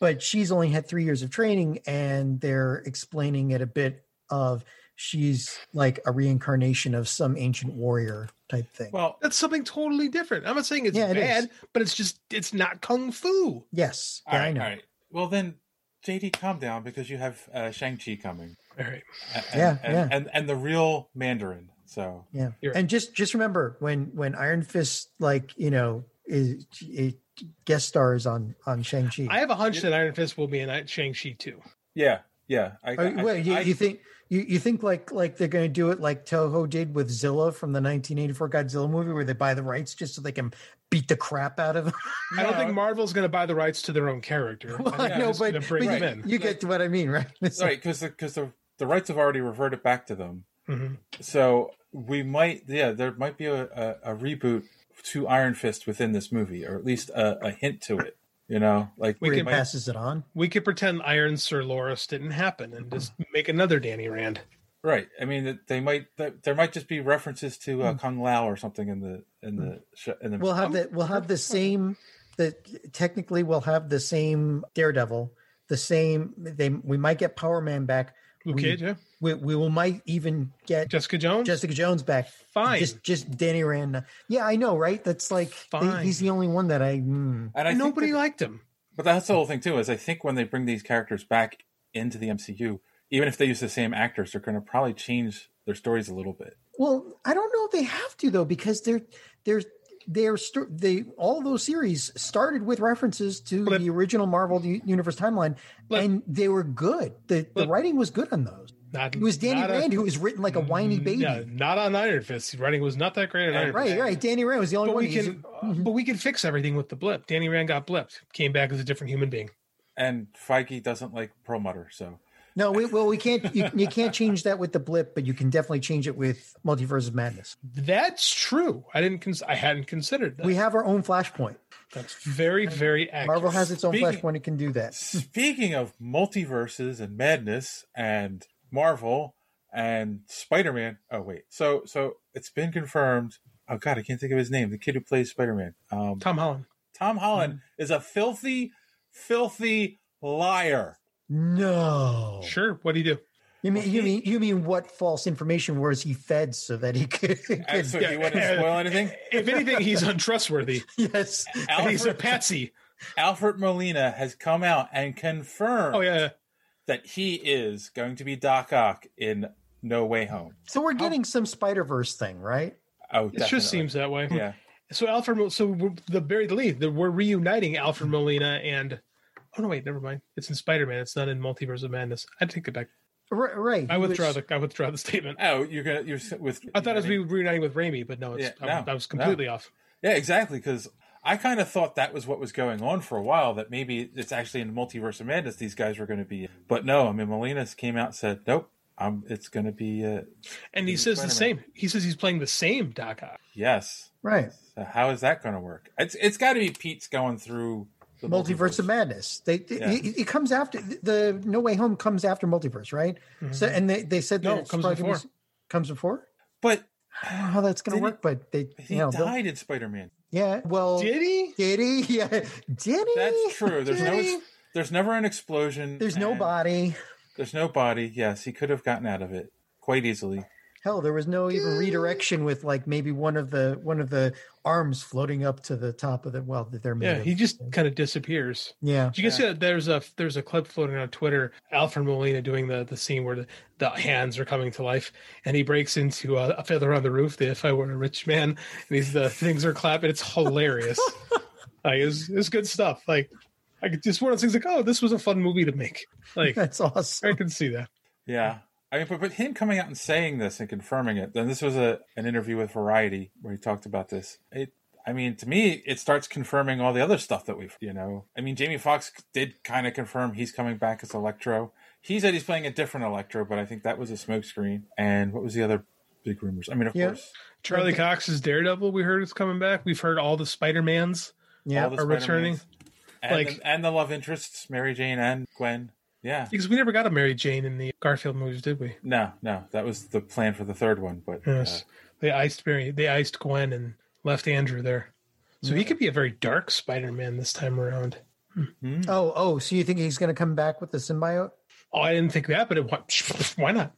D: but she's only had three years of training, and they're explaining it a bit of she's like a reincarnation of some ancient warrior type thing.
E: Well,
H: that's something totally different. I'm not saying it's
D: Yeah, it
H: bad,
D: is.
H: but it's just it's not kung fu.
D: Yes,
E: All
D: yeah,
E: right,
D: I know.
E: all right. Well, then, JD, calm down because you have uh, Shang Chi coming.
H: All right.
E: And,
D: Yeah,
E: and,
D: yeah.
E: And, and the real Mandarin. So
D: Yeah.
H: You're-
D: And just just remember when when Iron Fist like you know is it guest stars on on Shang Chi.
H: I have a hunch that Iron Fist will be in Shang Chi too.
E: yeah, yeah. I,
D: Are,
E: I-
D: Oh, well, you,
E: I-
D: you think you, you think like like they're going to do it like Toho did with Zilla from the 1984 Godzilla movie, where they buy the rights just so they can beat the crap out of. Them.
H: I don't think Marvel's going to buy the rights to their own character.
D: Well, I know, but,
H: to bring
D: but
H: them
D: you,
H: in.
D: you get to what I mean, right? It's
E: right because because the, the rights have already reverted back to them.
H: Mhm.
E: So we might, yeah, there might be a, a, a reboot to Iron Fist within this movie, or at least a, a hint to it. You know, like
H: We
E: it
H: can
E: might-
D: passes it on.
H: We could pretend Iron Sir Loris didn't happen and just
D: Mm-hmm.
H: make another Danny Rand.
E: Right. I mean, that they might there there might just be references to
H: Hmm.
E: uh, Kung Lao or something in the in the sh- in the.
D: We'll have the we'll have the same. The technically we'll have the same Daredevil, the same. They we might get Power Man back.
H: Luke
D: we,
H: Cage, yeah.
D: We we will might even get
H: Jessica Jones.
D: Jessica Jones back.
H: Fine.
D: Just just Danny Rand. Yeah, I know, right? That's like they-
H: Fine.
D: he's the only one that I. mm.
E: And I think
H: Nobody
E: that-
H: liked him.
E: But that's the whole thing too. Is I think when they bring these characters back into the MCU, even if they use the same actors, they're going to probably change their stories a little bit.
D: Well, I don't know if they have to though, because they're they're they're st- they all those series started with references to the original Marvel U- Universe timeline, and they were good. the The writing was good on those.
H: Not,
D: It was Danny
H: not a- Mm,
D: Rand who was written like a whiny baby.
H: Yeah, not on Iron Fist. His Writing was not that great on Iron Fist.
D: Right, right. Danny Rand was the only
H: But
D: one. Mm-hmm.
H: we
D: He's-
H: can, uh, but we can fix everything with the blip. Danny Rand got blipped, came back as a different human being.
E: And Feige doesn't like Perlmutter, so
D: no, we, well, we can't. You, you can't change that with the blip, but you can definitely change it with Multiverse of Madness.
H: That's true. I didn't. Cons- I hadn't considered that.
D: We have our own Flashpoint.
H: That's very, very accurate.
D: Marvel has its own
E: Speaking-
D: Flashpoint. It can do that.
E: Speaking of multiverses and madness and Marvel and Spider Man. Oh wait, so so it's been confirmed. Oh god, I can't think of his name. The kid who plays Spider Man. Um,
H: Tom Holland.
E: Tom Holland
H: Hmm.
E: is a filthy, filthy liar.
D: No.
H: Sure. What do you do?
D: You mean you mean you mean what false information was he fed so that he could?
E: And so if you want to spoil anything,
H: If anything, he's untrustworthy.
D: yes,
E: Alfred-
H: He's a patsy.
E: Alfred Molina has come out and confirmed
H: Oh yeah.
E: that he is going to be Doc Ock in No Way Home.
D: So we're getting some Spider Verse thing, right?
E: Oh,
H: It just
E: definitely.
H: seems that way.
E: yeah.
H: So Alfred, Mo- so we're- the buried the lead. that We're reuniting Alfred Molina and oh no, wait, never mind. It's in Spider Man. It's not in Multiverse of Madness. I take it back.
D: Right, right.
H: I
D: he was-
H: withdraw the I withdraw the statement.
E: Oh, you're gonna you're s- with.
H: I thought it was me reuniting with Raimi, but no, it's I, I was completely off.
E: Yeah, exactly. Because I kind of thought that was what was going on for a while. That maybe it's actually in the multiverse of madness these guys were going to be. But no, I mean, Molinas came out and said, "Nope, I'm. It's going to be." Uh,
H: And he says the same. He says he's playing the same Doc Ock.
E: yes,
D: right.
E: So how is that going to work? It's it's got to be Pete's going through the
D: multiverse of madness. They, they-
E: Yeah.
D: it, it comes after the No Way Home comes after multiverse, right? So
E: Mhm.
D: and they, they said that
E: No, it
D: it's
E: comes
D: probably gonna be-
E: before.
D: comes before.
E: But
D: I don't know how that's going to
E: Didn't-
D: work. But they,
E: He
D: you know, they'll-
E: died in Spider Man.
D: yeah. Well,
H: did he?
D: Did he? Yeah. Did he?
E: That's true. There's no.
D: Did he?
E: ex- There's never an explosion.
D: There's no
E: and
D: body.
E: There's no body. Yes, he could have gotten out of it quite easily.
D: Hell, there was no even redirection with like maybe one of the one of the arms floating up to the top of the well that they're made.
H: Yeah,
D: of.
H: he just kind of disappears.
D: Yeah.
H: Did you guys see that there's a there's a clip floating on Twitter, Alfred Molina doing the the scene where the, the hands are coming to life, and he breaks into a, a feather on the roof. The if I were a rich man, and he's the things are clapping. It's hilarious. like it's it's good stuff. Like I could just one of those things like oh this was a fun movie to make. Like
D: that's awesome.
H: I can see that.
E: Yeah. I mean, but, but him coming out and saying this and confirming it, then this was a an interview with Variety where he talked about this. It, I mean, to me, it starts confirming all the other stuff that we've, you know. I mean, Jamie Foxx did kind of confirm he's coming back as Electro. He said he's playing a different Electro, but I think that was a smokescreen. And what was the other big rumors? I mean, of
H: Yeah.
E: course,
H: Charlie Cox's Daredevil. We heard is coming back. We've heard all the Spider Mans.
E: all the
H: are
E: Spider-Mans
H: returning.
E: and,
H: Like-
E: the, and the love interests, Mary Jane and Gwen. Yeah,
H: Because we never got a Mary Jane in the Garfield movies, did we?
E: no, no, that was the plan for the third one, but uh,
H: Yes. They iced Mary, they iced Gwen and left Andrew there. So he could be a very dark Spider-Man this time around.
D: Oh, oh. So you think he's going to come back with the symbiote
H: Oh, I didn't think that, but it, why- why not?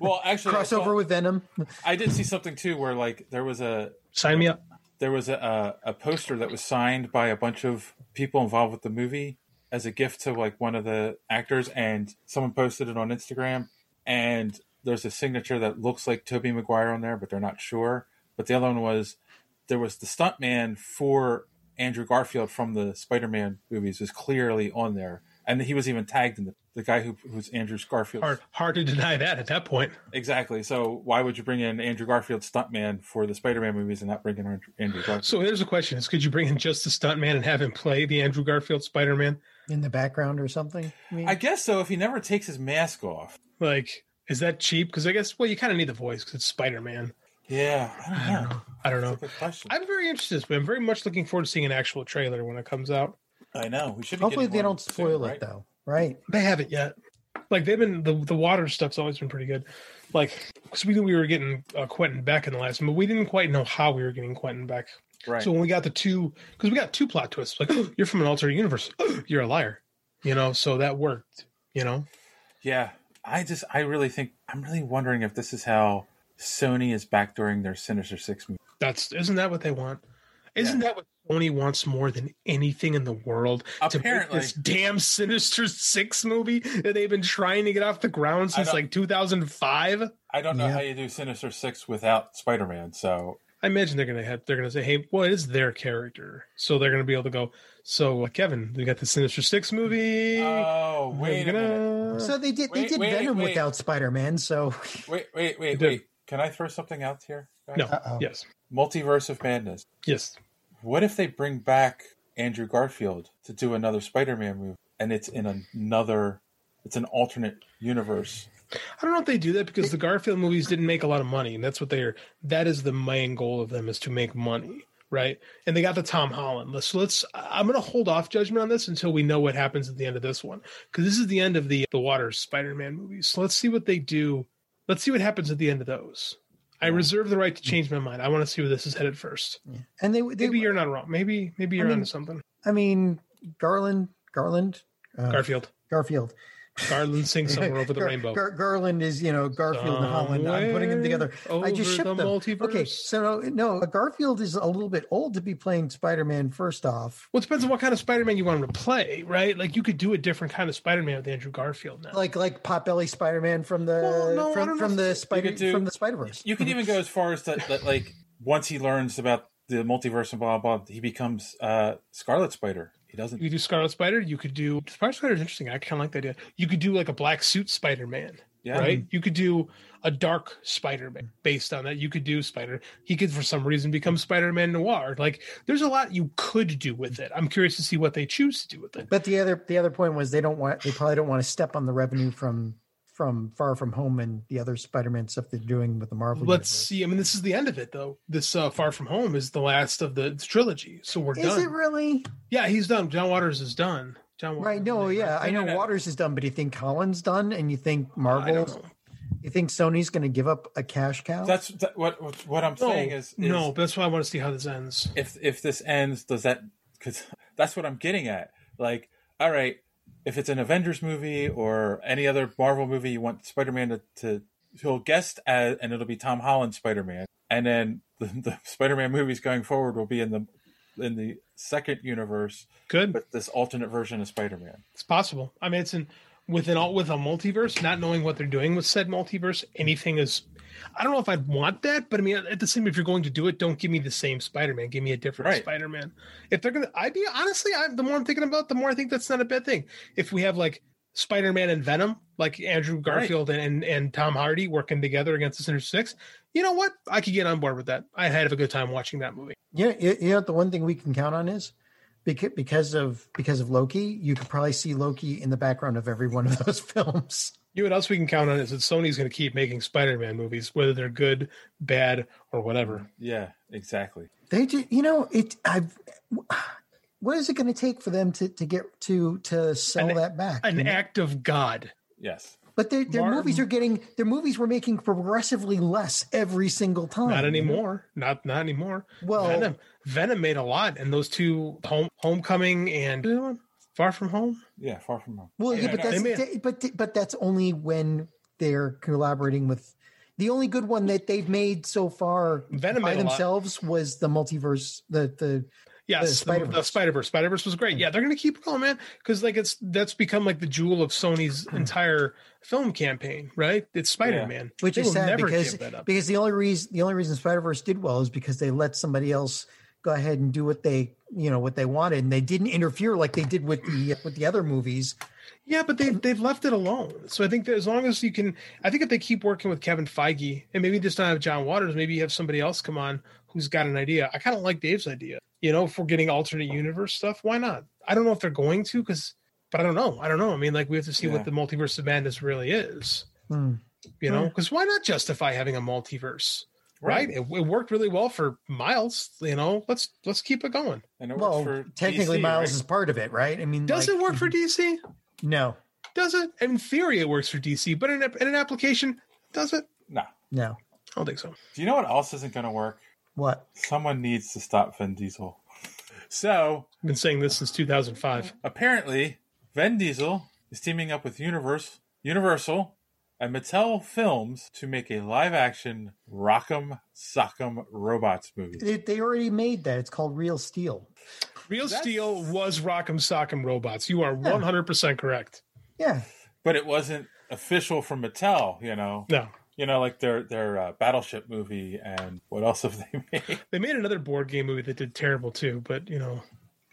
E: well, actually, I saw-
D: crossover with Venom?
E: I did see something too, where like there was a
H: sign me up.
E: There was a, a a poster that was signed by a bunch of people involved with the movie as a gift to like one of the actors, and someone posted it on Instagram. And there's a signature that looks like Toby Maguire on there, but they're not sure. But the other one was there was the stuntman for Andrew Garfield from the Spider-Man movies was clearly on there, and he was even tagged in the the guy who who's Andrew Garfield.
H: Hard, hard to deny that at that point.
E: Exactly. So why would you bring in Andrew Garfield stuntman for the Spider-Man movies and not bring in Andrew- Andrew Garfield?
H: So here's a question: Is could you bring in just the stuntman and have him play the Andrew Garfield Spider-Man?
D: in the background or something?
E: I guess so. If he never takes his mask off.
H: Like, is that cheap? Because I guess well, you kind of need the voice because it's Spider-Man.
E: Yeah, I don't know.
H: I don't know.
E: question.
H: I'm very interested, but I'm very much looking forward to seeing an actual trailer when it comes out.
E: I know. We should.
D: Hopefully they don't spoil it though, right?
H: They haven't yet. Like they've been the the water stuff's always been pretty good. Like because we knew we were getting uh, Quentin back in the last, but we didn't quite know how we were getting Quentin back.
E: Right.
H: So when we got the two, because we got two plot twists. Like you're from an alternate universe. you're a liar. You know. So that worked. You know.
E: Yeah, I just I really think I'm really wondering if this is how Sony is backdooring their Sinister Six movie.
H: That's isn't that what they want? Isn't that what Sony wants more than anything in the world? To
E: Apparently.
H: make this damn Sinister Six movie that they've been trying to get off the ground
E: I
H: since
E: don't-
H: like 2005.
E: I don't know how you do Sinister Six without Spider-Man. So
H: I imagine they're gonna have they're gonna say, "Hey, what is their character?" So they're gonna be able to go. So uh, Kevin, we got the Sinister Six movie.
E: Oh wait a minute.
D: So they did. They
E: Wait,
D: did
E: wait,
D: Venom
E: wait.
D: without Spider Man. So
E: Wait, wait, wait, wait. Can I throw something out here? guys?
H: No. Uh-oh. Yes.
E: Multiverse of Madness.
H: Yes.
E: What if they bring back Andrew Garfield to do another Spider-Man movie, and it's in another, it's an alternate universe?
H: I don't know if they do that because the Garfield movies didn't make a lot of money, and that's what they're that is the main goal of them is to make money, right? And they got the Tom Holland. Let's so let's I'm gonna hold off judgment on this until we know what happens at the end of this one. Because this is the end of the the Water Spider-Man movies. So let's see what they do. Let's see what happens at the end of those. I reserve the right to change my mind. I want to see where this is headed first.
D: and they, they
H: Maybe you're not wrong. Maybe
D: I
H: maybe you're
D: mean-
H: onto something.
D: I mean, Garland, Garland, uh,
H: Garfield.
D: Garfield.
H: Garland sings somewhere over the
D: Gar-
H: rainbow.
D: Gar- Garland is, you know, Garfield and Holland. I'm putting them together. I just
H: over
D: shipped
H: the
D: them. Okay,
H: multiverse.
D: so no, Garfield is a little bit old to be playing Spider Man. First off,
H: Well, it depends on what kind of Spider-Man you want him to play, right? Like you could do a different kind of Spider-Man with Andrew Garfield now.
D: like like Potbelly Spider Man from the
H: no, I
D: from,
H: don't
D: from
H: know.
D: the
H: You
D: Spider
E: could do-
D: from the Spider Verse.
E: You can even go as far as that, that like once he learns about the multiverse and blah blah, blah, he becomes uh, Scarlet Spider. He doesn't.
H: You could do Scarlet Spider. You could do Spider Spider is interesting. I kind of like that idea. You could do like a black suit Spider-Man,
E: Yeah.
H: Right? You could do a dark Spider Man based on that. You could do Spider. He could, for some reason, become Spider Man Noir. Like, there's a lot you could do with it. I'm curious to see what they choose to do with it.
D: But the other the other point was they don't want they probably don't want to step on the revenue from from Far From Home and the other Spider Man stuff they're doing with the Marvel.
H: Let's see. I mean, this is the end of it, though. This uh, Far From Home is the last of the trilogy, so we're
D: Is
H: done.
D: it really?
H: Yeah, he's done. John Waters is done. John Waters.
D: Right. No. Yeah. I
H: No,
D: know
H: no, no.
D: Waters is done, but you think Collins done, and you think Marvel, you think Sony's going to give up a cash cow?
E: That's that, what what- what I'm
H: No,
E: saying is, is
H: no. That's why I want to see how this ends.
E: If if this ends, does that? Because that's what I'm getting at. Like, all right, if it's an Avengers movie or any other Marvel movie, you want Spider-Man to, to he'll guest as, and it'll be Tom Holland Spider-Man, and then the, the Spider-Man movies going forward will be in the in the second universe.
H: Good,
E: but this alternate version of Spider-Man.
H: It's possible. I mean, it's in within all with a multiverse, not knowing what they're doing with said multiverse. Anything is. I don't know if I'd want that, but I mean, at the same, if you're going to do it, don't give me the same Spider-Man. Give me a different
E: Right.
H: Spider-Man. If they're gonna, I'd be honestly, I, the more I'm thinking about, it, the more I think that's not a bad thing. If we have like Spider-Man and Venom, like Andrew Garfield and, and and Tom Hardy working together against the Sinister Six, you know what? I could get on board with that. I'd have a good time watching that movie.
D: Yeah, you, you know what the one thing we can count on is because because of because of Loki, you could probably see Loki in the background of every one of those films.
H: You know what else we can count on is that Sony's going to keep making Spider-Man movies, whether they're good, bad, or whatever.
E: Yeah, exactly.
D: They just, you know, it. I've. What is it going to take for them to to get to to sell that back?
H: An act of God.
E: Yes.
D: But their, their
H: Mar-
D: movies are getting their movies were making progressively less every single time.
H: Not anymore. Not not anymore.
D: Oh, Well-
H: Venom, Venom made a lot, and those two home, Homecoming and Far From Home.
E: Yeah, Far From Home.
D: Well, yeah, but that's they- but but that's only when they're collaborating with. The only good one that they've made so far
H: Venom
D: by
H: made a lot.
D: themselves was the multiverse, the the the
H: Yes, the,
D: Spider-Verse.
H: the Spider Verse. Spider Verse was great. Yeah, they're gonna keep going, man, because like it's that's become like the jewel of Sony's entire film campaign, right? It's Spider Man,
D: Which is sad because because the only reason the only reason Spider Verse did well is because they let somebody else go ahead and do what they you know what they wanted and they didn't interfere like they did with the with the other movies.
H: Yeah, but they they've left it alone. So I think that as long as you can, I think if they keep working with Kevin Feige and maybe just not have John Waters, maybe you have somebody else come on who's got an idea. I kind of like Dave's idea. You know, if we're getting alternate universe stuff, why not? I don't know if they're going to, because but I don't know. I don't know. I mean, like we have to see
D: Yeah.
H: what the multiverse of madness really is.
D: Hmm.
H: You know,
D: Yeah.
H: because why not justify having a multiverse? Right.
D: Right.
H: It, it worked really well for Miles. You know, let's let's keep it going.
E: And
H: it
D: Well, technically Miles is part of it, right? I mean,
H: Does it work for DC?
D: No,
H: Does it? In theory, it works for DC, but in, a- in an application, does it?
E: No.
D: no.
H: I don't think so.
E: Do you know what else isn't going to work?
D: What?
E: Someone needs to stop Vin Diesel. So,
H: I've been saying this since 2005.
E: Apparently, Vin Diesel is teaming up with Universe, Universal and Mattel Films to make a live-action Rock'em Sock'em Robots movie.
D: They, they already made that. It's called Real Steel.
H: Real Steel was Rock'em Sock'em Robots. You are 100% correct.
D: Yeah.
E: But it wasn't official from Mattel, you know.
H: No.
E: You know, like their their uh, Battleship movie and what else have they made?
H: They made another board game movie that did terrible too, but you know,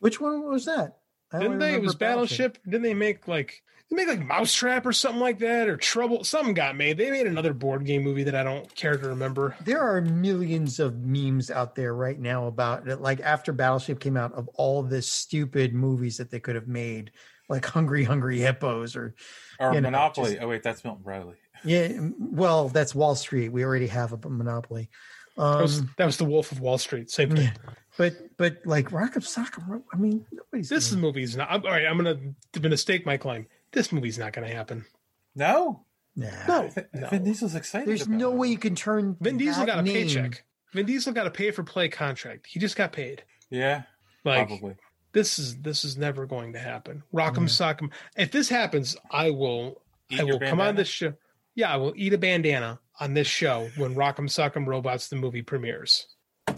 D: Which one was that? I only
H: didn't they? It
D: remember
H: was Battleship. Didn't they make like they make like Mousetrap or something like that or Trouble? Something got made. They made another board game movie that I don't care to remember.
D: There are millions of memes out there right now about it. Like after Battleship came out, of all the stupid movies that they could have made, like Hungry Hungry Hippos or,
E: Or
D: you know,
E: Monopoly.
D: just-
E: oh wait, that's Milton Bradley.
D: yeah, well, that's Wall Street. We already have a monopoly.
H: that, was,
D: Um,
H: that was the Wolf of Wall Street. Same thing.
D: but but like Rock of Sock, I mean, nobody's
H: this movie's not. I'm, all right, I'm gonna I'm gonna stake my claim. This movie's not gonna happen.
E: No,
H: no,
E: Vin Diesel's excited.
D: There's no way you can turn.
H: Vin Diesel
D: that
H: got a
D: name-
H: paycheck. Vin Diesel got a pay for play contract. He just got paid.
E: Yeah,
H: Like-
E: probably.
H: This is this is never going to happen. Rock'em sock'em. If this happens, I will
E: Eat
H: I
E: your
H: will come on
E: bandana?
H: this show. Yeah, I will eat a bandana on this show when Rock'em Sock'em Robots the movie premieres.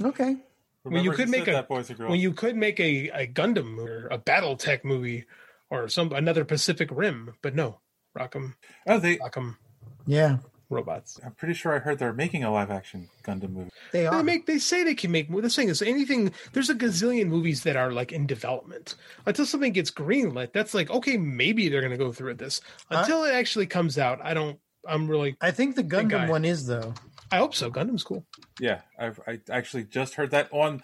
D: Okay.
H: when you
E: Remember
H: could
E: he
H: make
E: said
H: a
E: that, boys and girls.
H: when you could make a, a Gundam movie or a BattleTech movie or some another Pacific Rim, but no, Rock'em.
E: Oh, they
H: Rock'em
D: Yeah,
H: robots.
E: I'm pretty sure I heard they're making a live action Gundam movie.
D: They
H: They make. They say they can make. The thing is, anything. There's a gazillion movies that are like in development. Until something gets greenlit, that's like okay, maybe they're going to go through with this. Until it actually comes out, I don't. I'm really.
D: I think the Gundam one is though.
H: I hope so. Gundam's cool.
E: Yeah, I've, I actually just heard that on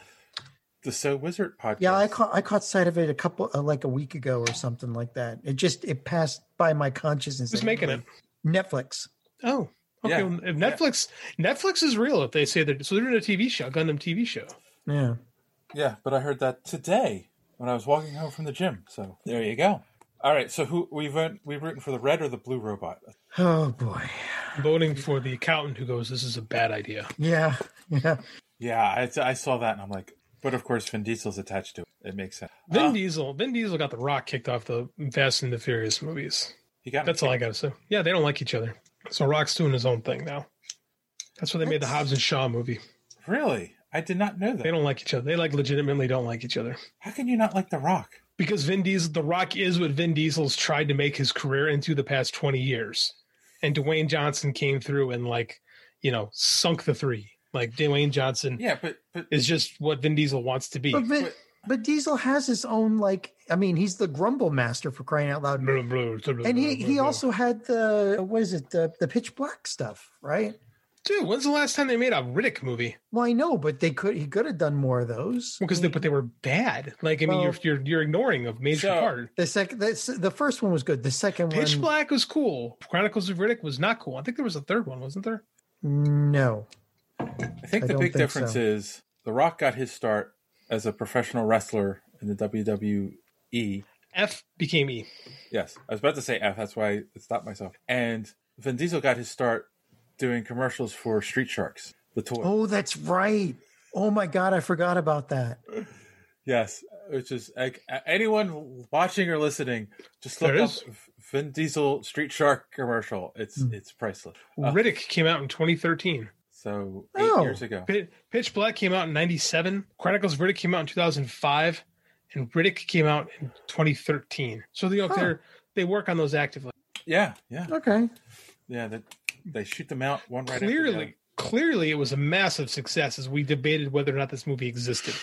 E: the So Wizard podcast.
D: Yeah, I caught I caught sight of it a couple uh, like a week ago or something like that. It just it passed by my consciousness.
H: Who's making it?
D: Netflix.
H: Oh, okay.
D: Yeah.
H: well, If Netflix, Netflix is real. If they say they're so they're doing a TV show, Gundam TV show.
D: Yeah.
E: Yeah, but I heard that today when I was walking home from the gym. So there you go. All right, so who we went we rooting for the red or the blue robot?
D: Oh boy.
H: Voting for the accountant who goes, "This is a bad idea."
D: Yeah. Yeah.
E: Yeah, I, I saw that and I'm like, but of course Vin Diesel's attached to it. It makes sense. Oh,
H: Vin Diesel. Vin Diesel got the Rock kicked off the Fast and the Furious movies.
E: He got
H: That's all I got to say. Yeah, they don't like each other. So Rock's doing his own thing now. That's why they made the Hobbs and Shaw movie.
E: Really, I did not know that.
H: They don't like each other. They like legitimately don't like each other.
E: How can you not like The Rock?
H: Because Vin Diesel, The Rock is what Vin Diesel's tried to make his career into the past twenty years, and Dwayne Johnson came through and like, you know, sunk the three. Like Dwayne Johnson,
E: yeah, but, but
H: is just what Vin Diesel wants to be.
D: But, Vin, but Diesel has his own like I mean he's the grumble master for crying out loud. and he he also had the what is it the the pitch black stuff right?
H: Dude, when's the last time they made a Riddick movie?
D: Well, I know, but they could he could have done more of those.
H: Because they but they were bad. Like I mean,
D: Well-
H: you're, you're you're ignoring a major part.
D: The second the, s- the first one was good. The second
H: Pitch
D: one
H: Black was cool. Chronicles of Riddick was not cool. I think there was a third one, wasn't there?
D: no.
E: I think
D: I
E: the
D: don't
E: big
D: think
E: difference
D: so.
E: is The Rock got his start as a professional wrestler in the E WWE.
H: F became E.
E: Yes, I was about to say F. That's why I stopped myself. And Vin Diesel got his start doing commercials for Street Sharks, the toy.
D: Oh, that's right. Oh my god, I forgot about that.
E: Yes, which is like a- anyone watching or listening, just look
H: There
E: up
H: is. Hmm.
E: Vin Diesel Street Shark commercial. It's it's priceless.
H: Riddick came out in 2013.
E: So eight
H: Oh.
E: years ago,
H: Pit- Pitch Black came out in 97. Chronicles of Riddick came out in 2005. And Riddick came out in 2013. So they,
E: Huh.
H: they're, they work on those actively.
E: yeah, yeah,
D: Okay.
E: yeah. They, they shoot them out one right After the other.
H: Clearly, clearly it was a massive success as we debated whether or not this movie existed.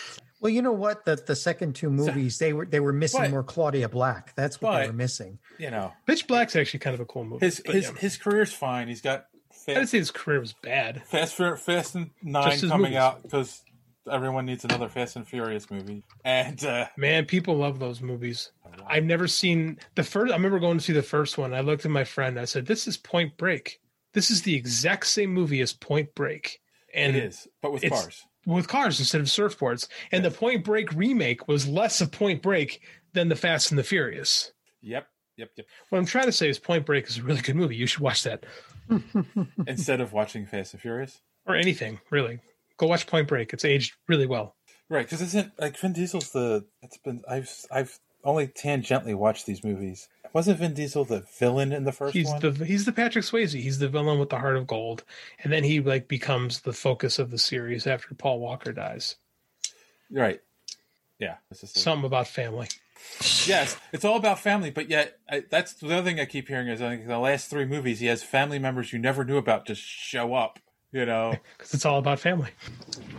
D: Well, you know what? The the second two movies they were they were missing
H: But-
D: more Claudia Black. That's what they
H: but-
D: were missing.
E: You know,
H: Pitch Black's actually kind of a cool movie.
E: his
H: but
E: his
H: yeah.
E: his career's fine. He's got
H: I didn't say his career was bad.
E: Fast Fur- Fast and Nine
H: Just his
E: coming
H: movies.
E: out because everyone needs another Fast and Furious movie. And uh,
H: Man, people love those movies. I've never seen the first. I remember going to see the first one. I looked at my friend. I said, "This is Point Break. This is the exact same movie as Point Break." And
E: It is, but with
H: it's-
E: cars.
H: With cars instead of surfboards. And the Point Break remake was less of Point Break than the Fast and the Furious.
E: yep, yep, yep.
H: What I'm trying to say is Point Break is a really good movie. You should watch that
E: Instead of watching Fast and Furious,
H: or anything really. Go watch Point Break. It's aged really well.
E: right? Because isn't like Vin Diesel's the? It's been I've I've only tangentially watched these movies. Wasn't Vin Diesel the villain in the first
H: he's
E: one?
H: the he's the Patrick Swayze. He's the villain with the heart of gold, and then he like becomes the focus of the series after Paul Walker dies.
E: Right. Yeah. It's just
H: Something about family.
E: yes, it's all about family, but yet I, that's the other thing I keep hearing is like the last three movies he has family members you never knew about just show up. You know,
H: 'Cause it's all about family.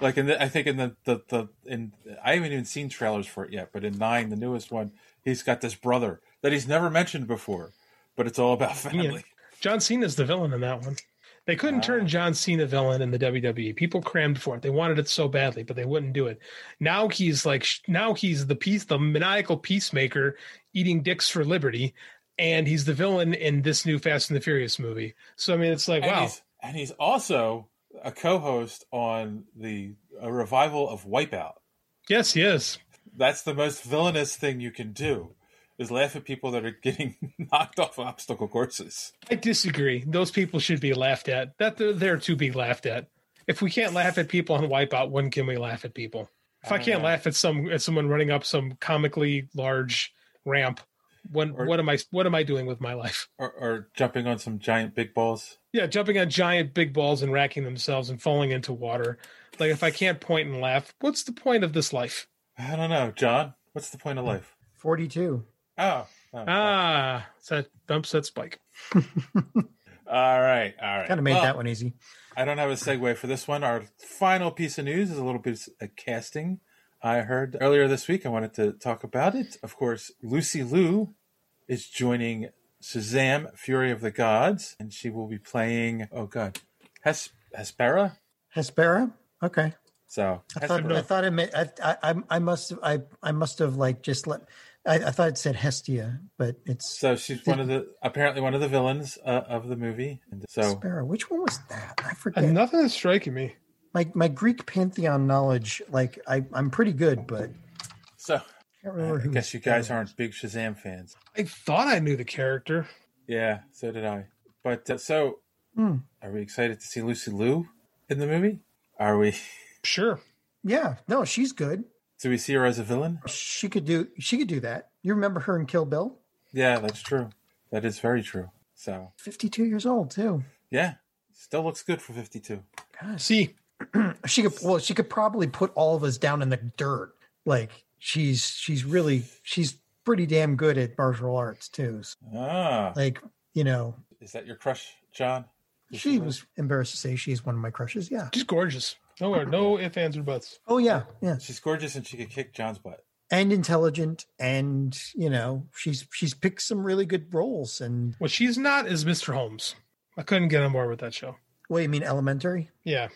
E: like in the, I think in the, the the in I haven't even seen trailers for it yet, but in nine, the newest one, he's got this brother that he's never mentioned before, but it's all about family.
H: Yeah. John Cena's the villain in that one. They couldn't
E: Ah.
H: turn John Cena villain in the WWE. People crammed for it. They wanted it so badly, but they wouldn't do it. Now he's like sh- now he's the peace, the maniacal peacemaker, eating dicks for liberty, and he's the villain in this new Fast and the Furious movie. So I mean, it's like
E: and
H: wow.
E: He's, and he's also a co-host on the a revival of Wipeout.
H: Yes, he is.
E: That's the most villainous thing you can do is laugh at people that are getting knocked off obstacle courses.
H: I disagree. Those people should be laughed at. That they're there to be laughed at. If we can't laugh at people on Wipeout, when can we laugh at people? If I,
E: I don't
H: can't
E: know.
H: laugh at some at someone running up some comically large ramp, when what am I what am I doing with my life?
E: Or, or jumping on some giant big balls.
H: Yeah, jumping on giant big balls and racking themselves and falling into water. Like if I can't point and laugh, what's the point of this life?
E: I don't know, John. What's the point of life?
D: Forty two.
E: Oh. oh.
H: Ah, it's that dump set spike.
E: oh. All right. All right.
D: Kind of made
E: Well,
D: that one easy.
E: I don't have a segue for this one. Our final piece of news is a little bit of casting. I heard earlier this week. I wanted to talk about it. Of course, Lucy Liu is joining Shazam: Fury of the Gods, and she will be playing. Oh God, Hes- Hespera.
D: Hespera. Okay.
E: So
D: I thought, I
E: Hespera.
D: thought it meant, I, I, I'm- I must I I must have like just let I, I thought it said Hestia, but it's
E: so she's one of the apparently one of the villains uh, of the movie. And so
D: Hespera. Which one was that? I forget.
H: Nothing is striking me.
D: My my Greek pantheon knowledge, like I I'm pretty good, but
E: so
D: can't
E: I
D: remember who.
E: guess you guys aren't big Shazam fans.
H: I thought I knew the character.
E: Yeah, so did I. But uh, so
D: Hmm.
E: are we excited to see Lucy Liu in the movie? Are we?
H: Sure.
D: Yeah, no, she's good.
E: Do we see her as a villain?
D: She could do she could do that. You remember her in Kill Bill?
E: Yeah, that's true. That is very true. So
D: 52 years old too.
E: yeah, still looks good for fifty-two.
H: See,
D: she could well she could probably put all of us down in the dirt. Like she's she's really she's pretty damn good at martial arts too. So,
E: Ah,
D: like you know,
E: is that your crush, John?
D: she was embarrassed to say she's one of my crushes. Yeah.
H: She's gorgeous. Nowhere, no ifs, ands, or buts.
D: Oh yeah, yeah.
E: She's gorgeous and she could kick John's butt.
D: And intelligent, and you know, she's she's picked some really good roles. And
H: What she's not is Mr. Holmes. I couldn't get on board with that show.
D: what you mean, Elementary?
H: Yeah.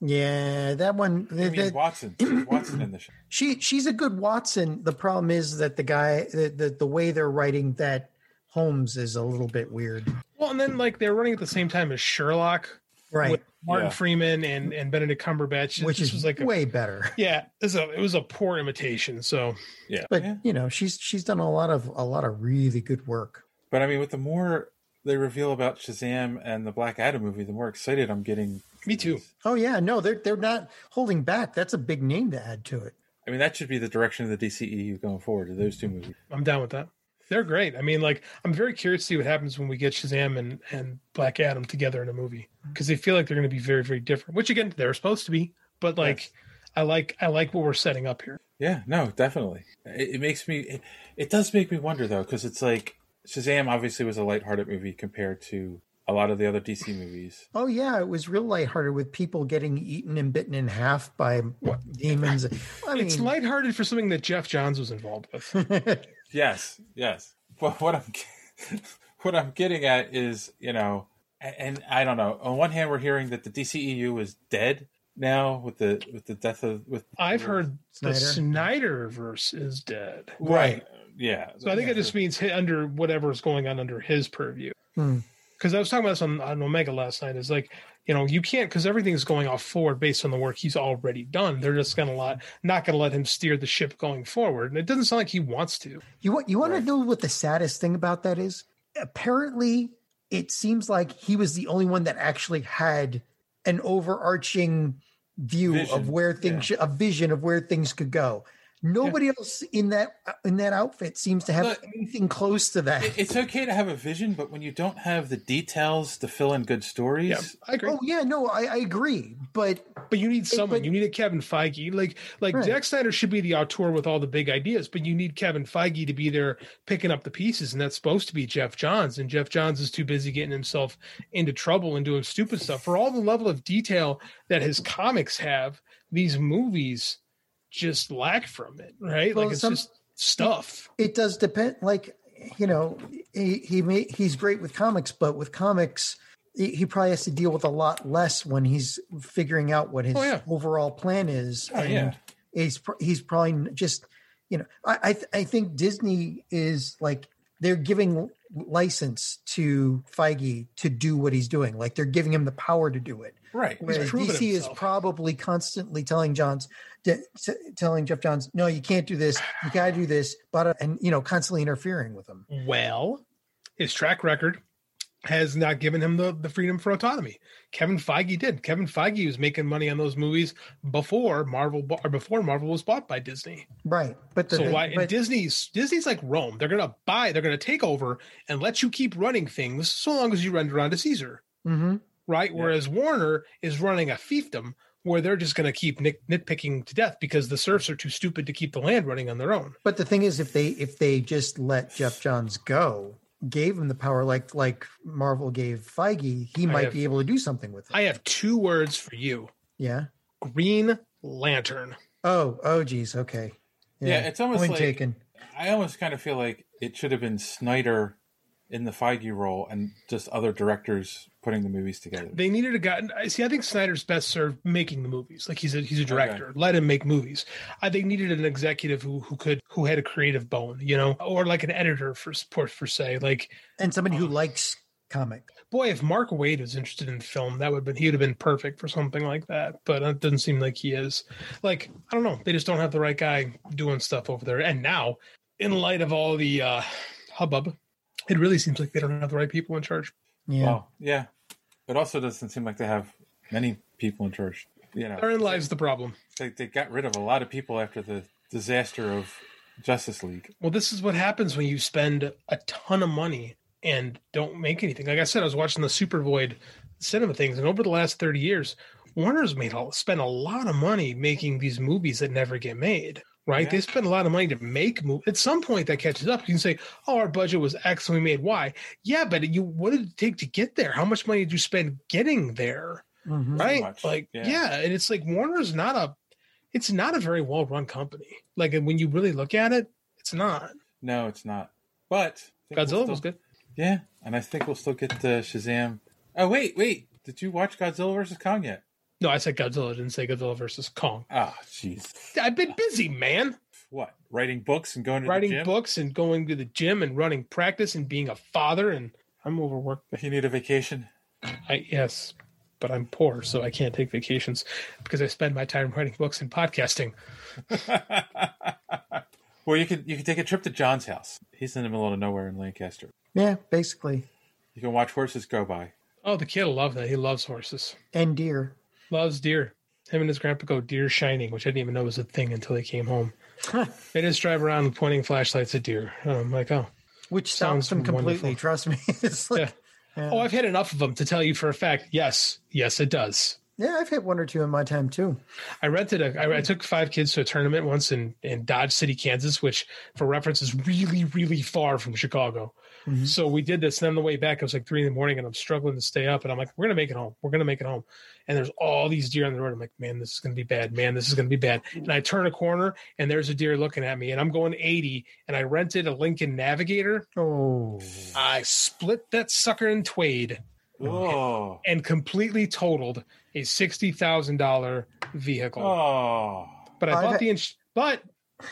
D: Yeah, that one.
E: I mean,
D: that-
E: Watson. Watson in the show.
D: she she's a good Watson. The problem is that the guy, the the, the way they're writing that Holmes is a little bit weird.
H: Well, and then like they're running at the same time as Sherlock,
D: Right.
H: With Martin
D: Yeah.
H: Freeman and and Benedict Cumberbatch,
D: Which
H: This
D: is
H: was like a,
D: way better.
H: Yeah, it was a it was a poor imitation. So
E: yeah,
D: But you know, she's she's done a lot of a lot of really good work.
E: But I mean, with the more they reveal about Shazam and the Black Adam movie, the more excited I'm getting.
H: Me too.
D: Oh yeah, no, they're they're not holding back. That's a big name to add to it.
E: I mean, that should be the direction of the DCEU going forward to those two movies.
H: I'm down with that. They're great. I mean, like I'm very curious to see what happens when we get Shazam and and Black Adam together in a movie because they feel like they're going to be very very different. Which again, they're supposed to be. But like, I like I like what we're setting up here.
E: Yeah, no, definitely. It, it makes me. It, it does make me wonder though, because it's like Shazam obviously was a lighthearted movie compared to a lot of the other DC movies.
D: Oh yeah, it was real lighthearted with people getting eaten and bitten in half by demons. I mean,
H: it's lighthearted for something that Jeff Johns was involved with.
E: Yes, yes. But what I'm ge- what I'm getting at is, you know, a- and I don't know. On one hand, we're hearing that the DCEU is dead now with the with the death of with
H: I've heard the
E: Snyder.
H: Snyder verse is dead.
E: Right. Yeah.
H: So I think it just means hit under whatever's going on under his purview.
D: Hmm.
H: Because I was talking about this on, on Omega last night. Is like, you know, you can't because everything's going off forward based on the work he's already done. They're just gonna lot not gonna let him steer the ship going forward. And it doesn't sound like he wants to.
D: You want you want to know what the saddest thing about that is? Apparently, it seems like he was the only one that actually had an overarching view of where things should- a vision of where things could go. Nobody else in that in that outfit seems to have anything close to that.
E: It- It's okay to have a vision, but when you don't have the details to fill in good stories,
H: I agree.
D: Oh yeah, no, I, I agree. But
H: but you need someone. you need a Kevin Feige. Like like
D: Right.
H: Zack Snyder should be the auteur with all the big ideas, but you need Kevin Feige to be there picking up the pieces, and that's supposed to be Jeff Johns. And Jeff Johns is too busy getting himself into trouble and doing stupid stuff. For all the level of detail that his comics have, these movies just lack from it, right?
D: Well,
H: like it's
D: some-
H: just stuff.
D: It does depend. Like you know, he he may, he's great with comics, but with comics, he, he probably has to deal with a lot less when he's figuring out what his
H: Oh, yeah.
D: overall plan is.
H: Oh, yeah.
D: he's pr- he's probably just you know, I I, th- I think Disney is like they're giving license to Feige to do what he's doing. Like they're giving him the power to do it.
E: Right.
D: Whereas
H: He's proven
D: DC is
H: himself.
D: probably constantly telling Johns, t- t- telling Jeff Johns, no, you can't do this. You got to do this. But, uh, and, you know, constantly interfering with him.
H: Well, his track record has not given him the, the freedom for autonomy. Kevin Feige did. Kevin Feige was making money on those movies before Marvel bo- or before Marvel was bought by Disney.
D: Right. But the
H: so
D: thing-
H: why and
D: but-
H: Disney's Disney's like Rome. They're gonna buy, they're gonna take over and let you keep running things so long as you render onto Caesar.
D: Mhm.
H: Right? Whereas Warner is running a fiefdom where they're just gonna keep nit- nitpicking to death because the serfs are too stupid to keep the land running on their own.
D: But the thing is, if they, if they just let Jeff Johns go, gave him the power, like, like Marvel gave Feige, he
H: I
D: might
H: have-
D: be able to do something with it.
H: I have two words for you.
D: Yeah.
H: Green Lantern.
D: Oh, oh, geez. Okay.
E: Yeah, it's almost
D: Point
E: like-
D: taken.
E: I almost kind of feel like it should have been Snyder in the Feige role and just other directors putting the movies together.
H: They needed a guy. I See, I think Snyder's best served making the movies. Like he's a he's a director. Let him make movies. I think needed an executive who who could who had a creative bone, you know, or like an editor for support for say like
D: and somebody
H: Oh.
D: who likes comic.
H: Boy, if Mark Wade was interested in film, that would have been he would have been perfect for something like that. But it doesn't seem like he is. Like I don't know, they just don't have the right guy doing stuff over there. And now, in light of all the uh, hubbub, it really seems like they don't have the right people in charge.
D: Yeah.
E: Well, yeah. It also doesn't seem like they have many people in charge. You know,
H: Therein lies the problem.
E: they, they got rid of a lot of people after the disaster of Justice League.
H: Well, this is what happens when you spend a ton of money and don't make anything. Like I said, I was watching the Super Void cinema things, and over the last thirty years, Warner's made a, spent a lot of money making these movies that never get made. Right? They spend a lot of money to make movies. At some point, that catches up. You can say, "Oh, our budget was X, and we made Y." Yeah, but you what did it take to get there? How much money did you spend getting there?
D: Mhm.
H: Right?
E: much,
H: Like,
E: yeah.
H: yeah, and it's like Warner's not a, it's not a very well run company. Like when you really look at it, it's not.
E: No, it's not. But I think
H: Godzilla
E: we'll
H: was
E: still-
H: good.
E: Yeah, and I think we'll still get the Shazam. Oh wait, wait! Did you watch Godzilla versus Kong yet?
H: No, I said Godzilla. I didn't say Godzilla versus Kong.
E: Ah, jeez.
H: I've been busy, man.
E: What? Writing books and going to
H: Writing
E: the gym?
H: books and going to the gym and running practice and being a father and I'm overworked.
E: You need a vacation.
H: I yes, but I'm poor, so I can't take vacations because I spend my time writing books and podcasting.
E: Well, you can you can take a trip to John's house. He's in the middle of nowhere in Lancaster.
D: Yeah, basically.
E: You can watch horses go by.
H: Oh, the kid will love that. He loves horses.
D: And deer.
H: Loves deer. Him and his grandpa go deer shining, which I didn't even know was a thing until they came home. they just drive around pointing flashlights at deer. And I'm like, oh.
D: Which stops
H: Sounds
D: them completely,
H: wonderful.
D: trust me. It's like yeah.
H: Oh, I've had enough of them to tell you for a fact. Yes, yes, it does.
D: yeah, I've hit one or two in my time too.
H: I rented a. I, I took five kids to a tournament once in in Dodge City, Kansas, which, for reference, is really really far from Chicago. So we did this, and on the way back, it was like three in the morning, and I'm struggling to stay up, and I'm like, "We're gonna make it home. We're gonna make it home." And there's all these deer on the road. I'm like, "Man, this is gonna be bad. Man, this is gonna be bad." And I turn a corner, and there's a deer looking at me, and I'm going 80, and I rented a Lincoln Navigator.
D: Oh,
H: I split that sucker in twain
E: Oh,
H: and completely totaled a sixty thousand dollar vehicle.
E: Oh,
H: but I
D: I've
H: bought
D: had-
H: the ins- but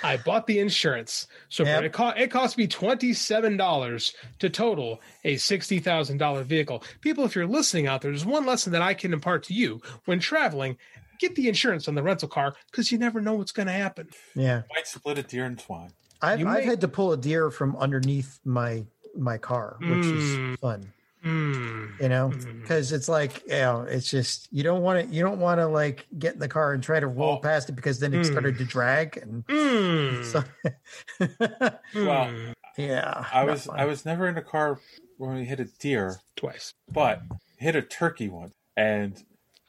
H: I bought the insurance, so
D: Yep.
H: for- it cost it cost me twenty seven dollars to total a sixty thousand dollar vehicle. People, if you're listening out there, there's one lesson that I can impart to you when traveling: get the insurance on the rental car because you never know what's going to happen.
D: Yeah.
E: might split a deer in twine.
D: I've,
H: You
D: I've
H: may-
D: had to pull a deer from underneath my my car, which
H: Mm.
D: is fun,
H: Hmm.
D: you know, because it's like, you know, it's just you don't want to you don't want to like get in the car and try to roll past it because then it
H: Oh. Mm.
D: started to drag and
H: Hmm.
D: so,
E: Well,
D: yeah,
E: I
D: Hmm. not
E: was
D: fun.
E: I was never in a car when we hit a deer
H: twice,
E: but hit a turkey once, and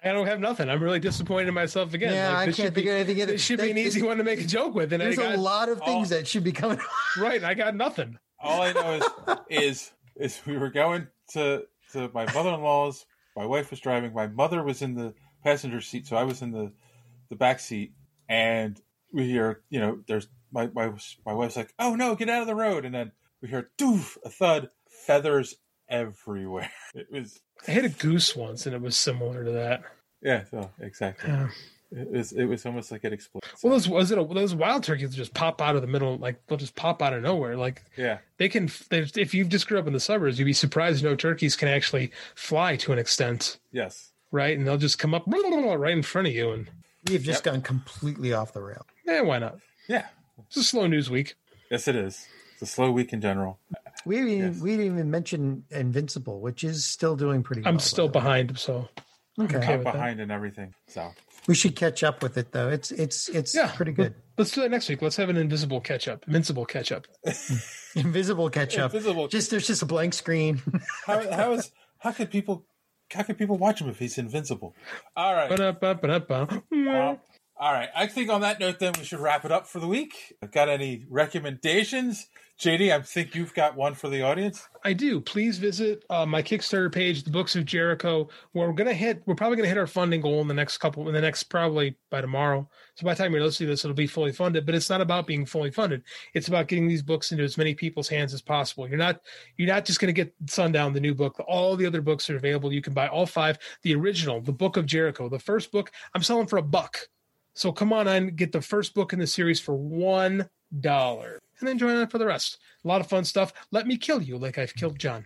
H: I don't have nothing. I'm really disappointed in myself again.
D: Yeah, I
H: this
D: can't
H: should be-
D: think of anything either.
H: This should be an
D: That-
H: easy one to make a joke with, and I oh.
D: there's
H: got,
D: a lot of things that should be coming.
H: right. and I got nothing.
E: all I know is is is we were going to to my mother in law's. My wife was driving. My mother was in the passenger seat, so I was in the the back seat. And we hear, you know, there's my my my wife's like, "Oh no, get out of the road!" And then we hear doof a thud, feathers everywhere. It was
H: I hit a goose once, and it was similar to that.
E: yeah, so exactly.
H: Yeah.
E: It was it was almost like it exploded.
H: Well, those was it a, those wild turkeys just pop out of the middle, like they'll just pop out of nowhere. Like
E: Yeah,
H: they can, they, if you've just grew up in the suburbs, you'd be surprised no turkeys can actually fly to an extent,
E: yes.
H: right? And they'll just come up right in front of you, and
D: We've just gone completely off the rail.
H: eh, why not?
E: Yeah.
H: It's a slow news week.
E: Yes, it is. It's a slow week in general.
D: We didn't, we didn't even mention Invincible, which is still doing pretty. well.
H: I'm still behind, so
D: Okay.
H: okay
E: Top
H: with that.
E: behind and everything. So
D: We should catch up with it though. It's it's it's pretty good.
H: let's do that next week. Let's have an invisible catch up, invincible catch up.
D: Invisible catch up.
E: Invisible-
D: Just there's just a blank screen.
E: how, how is how could
D: uh,
E: people how could people watch him if he's invincible? All right.
H: Ba-da-ba-ba-da-ba.
E: Well, All right. I think on that note, then we should wrap it up for the week. Got any recommendations? JD, I think you've got one for the audience.
H: I do. Please visit uh, my Kickstarter page, The Books of Jericho, where we're gonna hit. We're probably gonna hit our funding goal in the next couple, in the next probably by tomorrow. So by the time you're listening to this, it'll be fully funded. But it's not about being fully funded. It's about getting these books into as many people's hands as possible. You're not you're not just gonna get Sundown, the new book. All the other books are available. You can buy all five. The original, The Book of Jericho, the first book. I'm selling for a buck. So come on and get the first book in the series for one dollar, and then join on for the rest. A lot of fun stuff. Let me kill you like I've killed John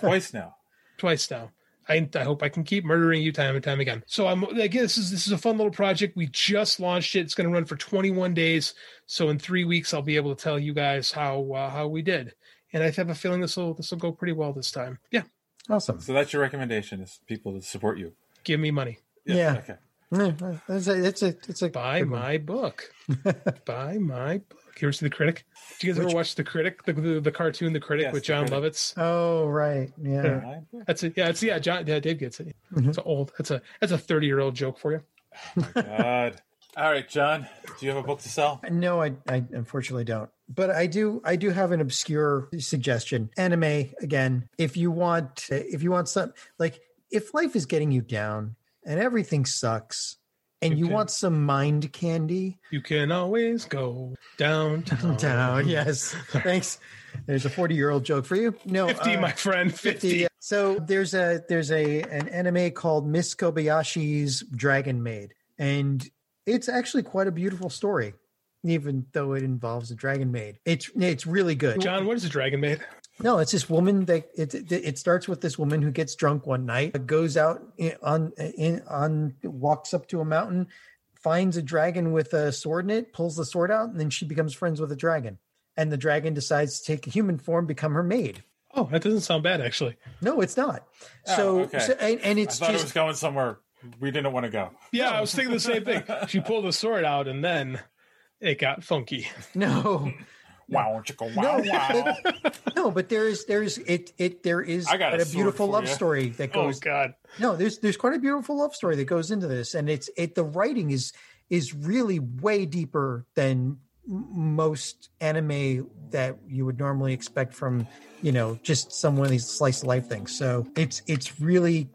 E: twice now.
H: Twice now. I, I hope I can keep murdering you time and time again. So I'm again. This is this is a fun little project. We just launched it. It's going to run for 21 days. So in three weeks, I'll be able to tell you guys how uh, how we did. And I have a feeling this will this will go pretty well this time. Yeah,
E: Awesome. So that's your recommendation is people to support you.
H: give me money.
D: Yeah.
E: Okay.
D: Mm, It's a, it's a, it's a
H: buy my book. buy my book. Here's the critic. Do you guys
D: Which-
H: ever watch the critic, the the, the cartoon, the critic
D: Yes,
H: with
D: The
H: John
D: Critic.
H: Lovitz?
D: Oh right, yeah.
H: That's it. Yeah, it's yeah. John, yeah, Dave gets it.
D: Mhm.
H: It's old. That's a that's a thirty year old joke for you.
E: God. All right, John. Do you have a book to sell?
D: No, I, I unfortunately don't. But I do I do have an obscure suggestion. Anime again. If you want if you want some like if life is getting you down and everything sucks and you, want some mind candy
H: You can always go downtown.
D: down. Yes. Thanks. There's a 40-year-old joke for you. No. uh,
H: 50, my friend, 50.
D: So there's a there's a an anime called Miss Kobayashi's Dragon Maid and it's actually quite a beautiful story even though it involves a dragon maid. It's it's really good.
H: John, what is a dragon maid?
D: No, it's this woman that it, it it starts with this woman who gets drunk one night, goes out in, on in on walks up to a mountain, finds a dragon with a sword in it, pulls the sword out, and then she becomes friends with a dragon. And the dragon decides to take a human form, become her maid.
H: Oh, that doesn't sound bad actually.
D: No, it's not.
E: Oh,
D: so,
E: okay.
D: so- and, and it's
E: I thought
D: just
E: it was going somewhere we didn't want to go.
H: Yeah, I was thinking the same thing. She pulled the sword out, and then it got funky.
D: no,
E: Wow, chicka, wow,
D: No.
E: wow.
D: no, but there is there is it it there is
E: I got a
D: quite a,
E: sword
D: beautiful
E: for
D: love
E: ya.
D: story that
E: Oh,
D: goes.
H: God,
D: no, there's there's quite a beautiful love story that goes into this, and it's it the writing is is really way deeper than m- most anime that you would normally expect from you know just some one of these slice of life things. So it's it's really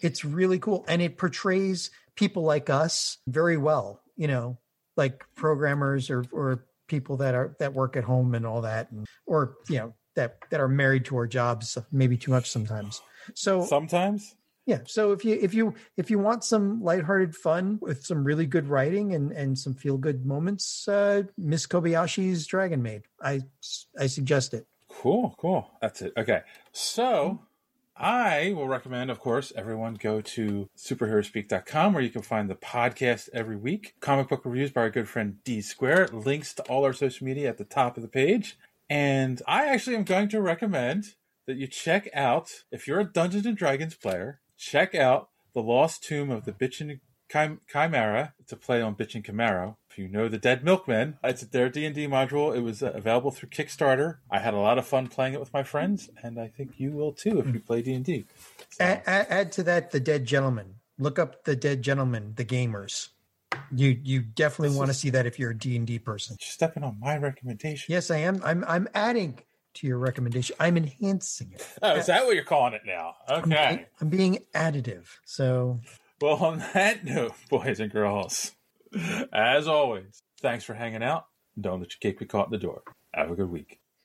D: it's really cool, and it portrays people like us very well. You know, like programmers or or people that are that work at home and all that and or you know that that are married to our jobs maybe too much sometimes so
E: sometimes
D: yeah so if you if you if you want some lighthearted fun with some really good writing and and some feel good moments uh miss kobayashi's dragon maid i i suggest it
E: Cool, cool. That's it. Okay. So I will recommend, of course, everyone go to superheroespeak.com where you can find the podcast every week. Comic book reviews by our good friend D Square. Links to all our social media at the top of the page. And I actually am going to recommend that you check out, if you're a Dungeons and Dragons player, check out The Lost Tomb of the Bitchin' Chim- Chimera. It's a play on Bitchin' Camaro. If you know the Dead Milkmen, it's their D&D module. It was uh, available through Kickstarter. I had a lot of fun playing it with my friends, and I think you will too if you play D&D.
D: add, add, add to that the dead gentleman look up the dead gentleman the gamers you you definitely want to see that if you're a d&d person
E: stepping on my recommendation
D: yes i am i'm i'm adding to your recommendation i'm enhancing it
E: Oh, is that what you're calling it now? Okay.
D: i'm being additive so
E: Well, on that note, boys and girls, as always, thanks for hanging out. Don't let your cake be caught in the door. Have a good week.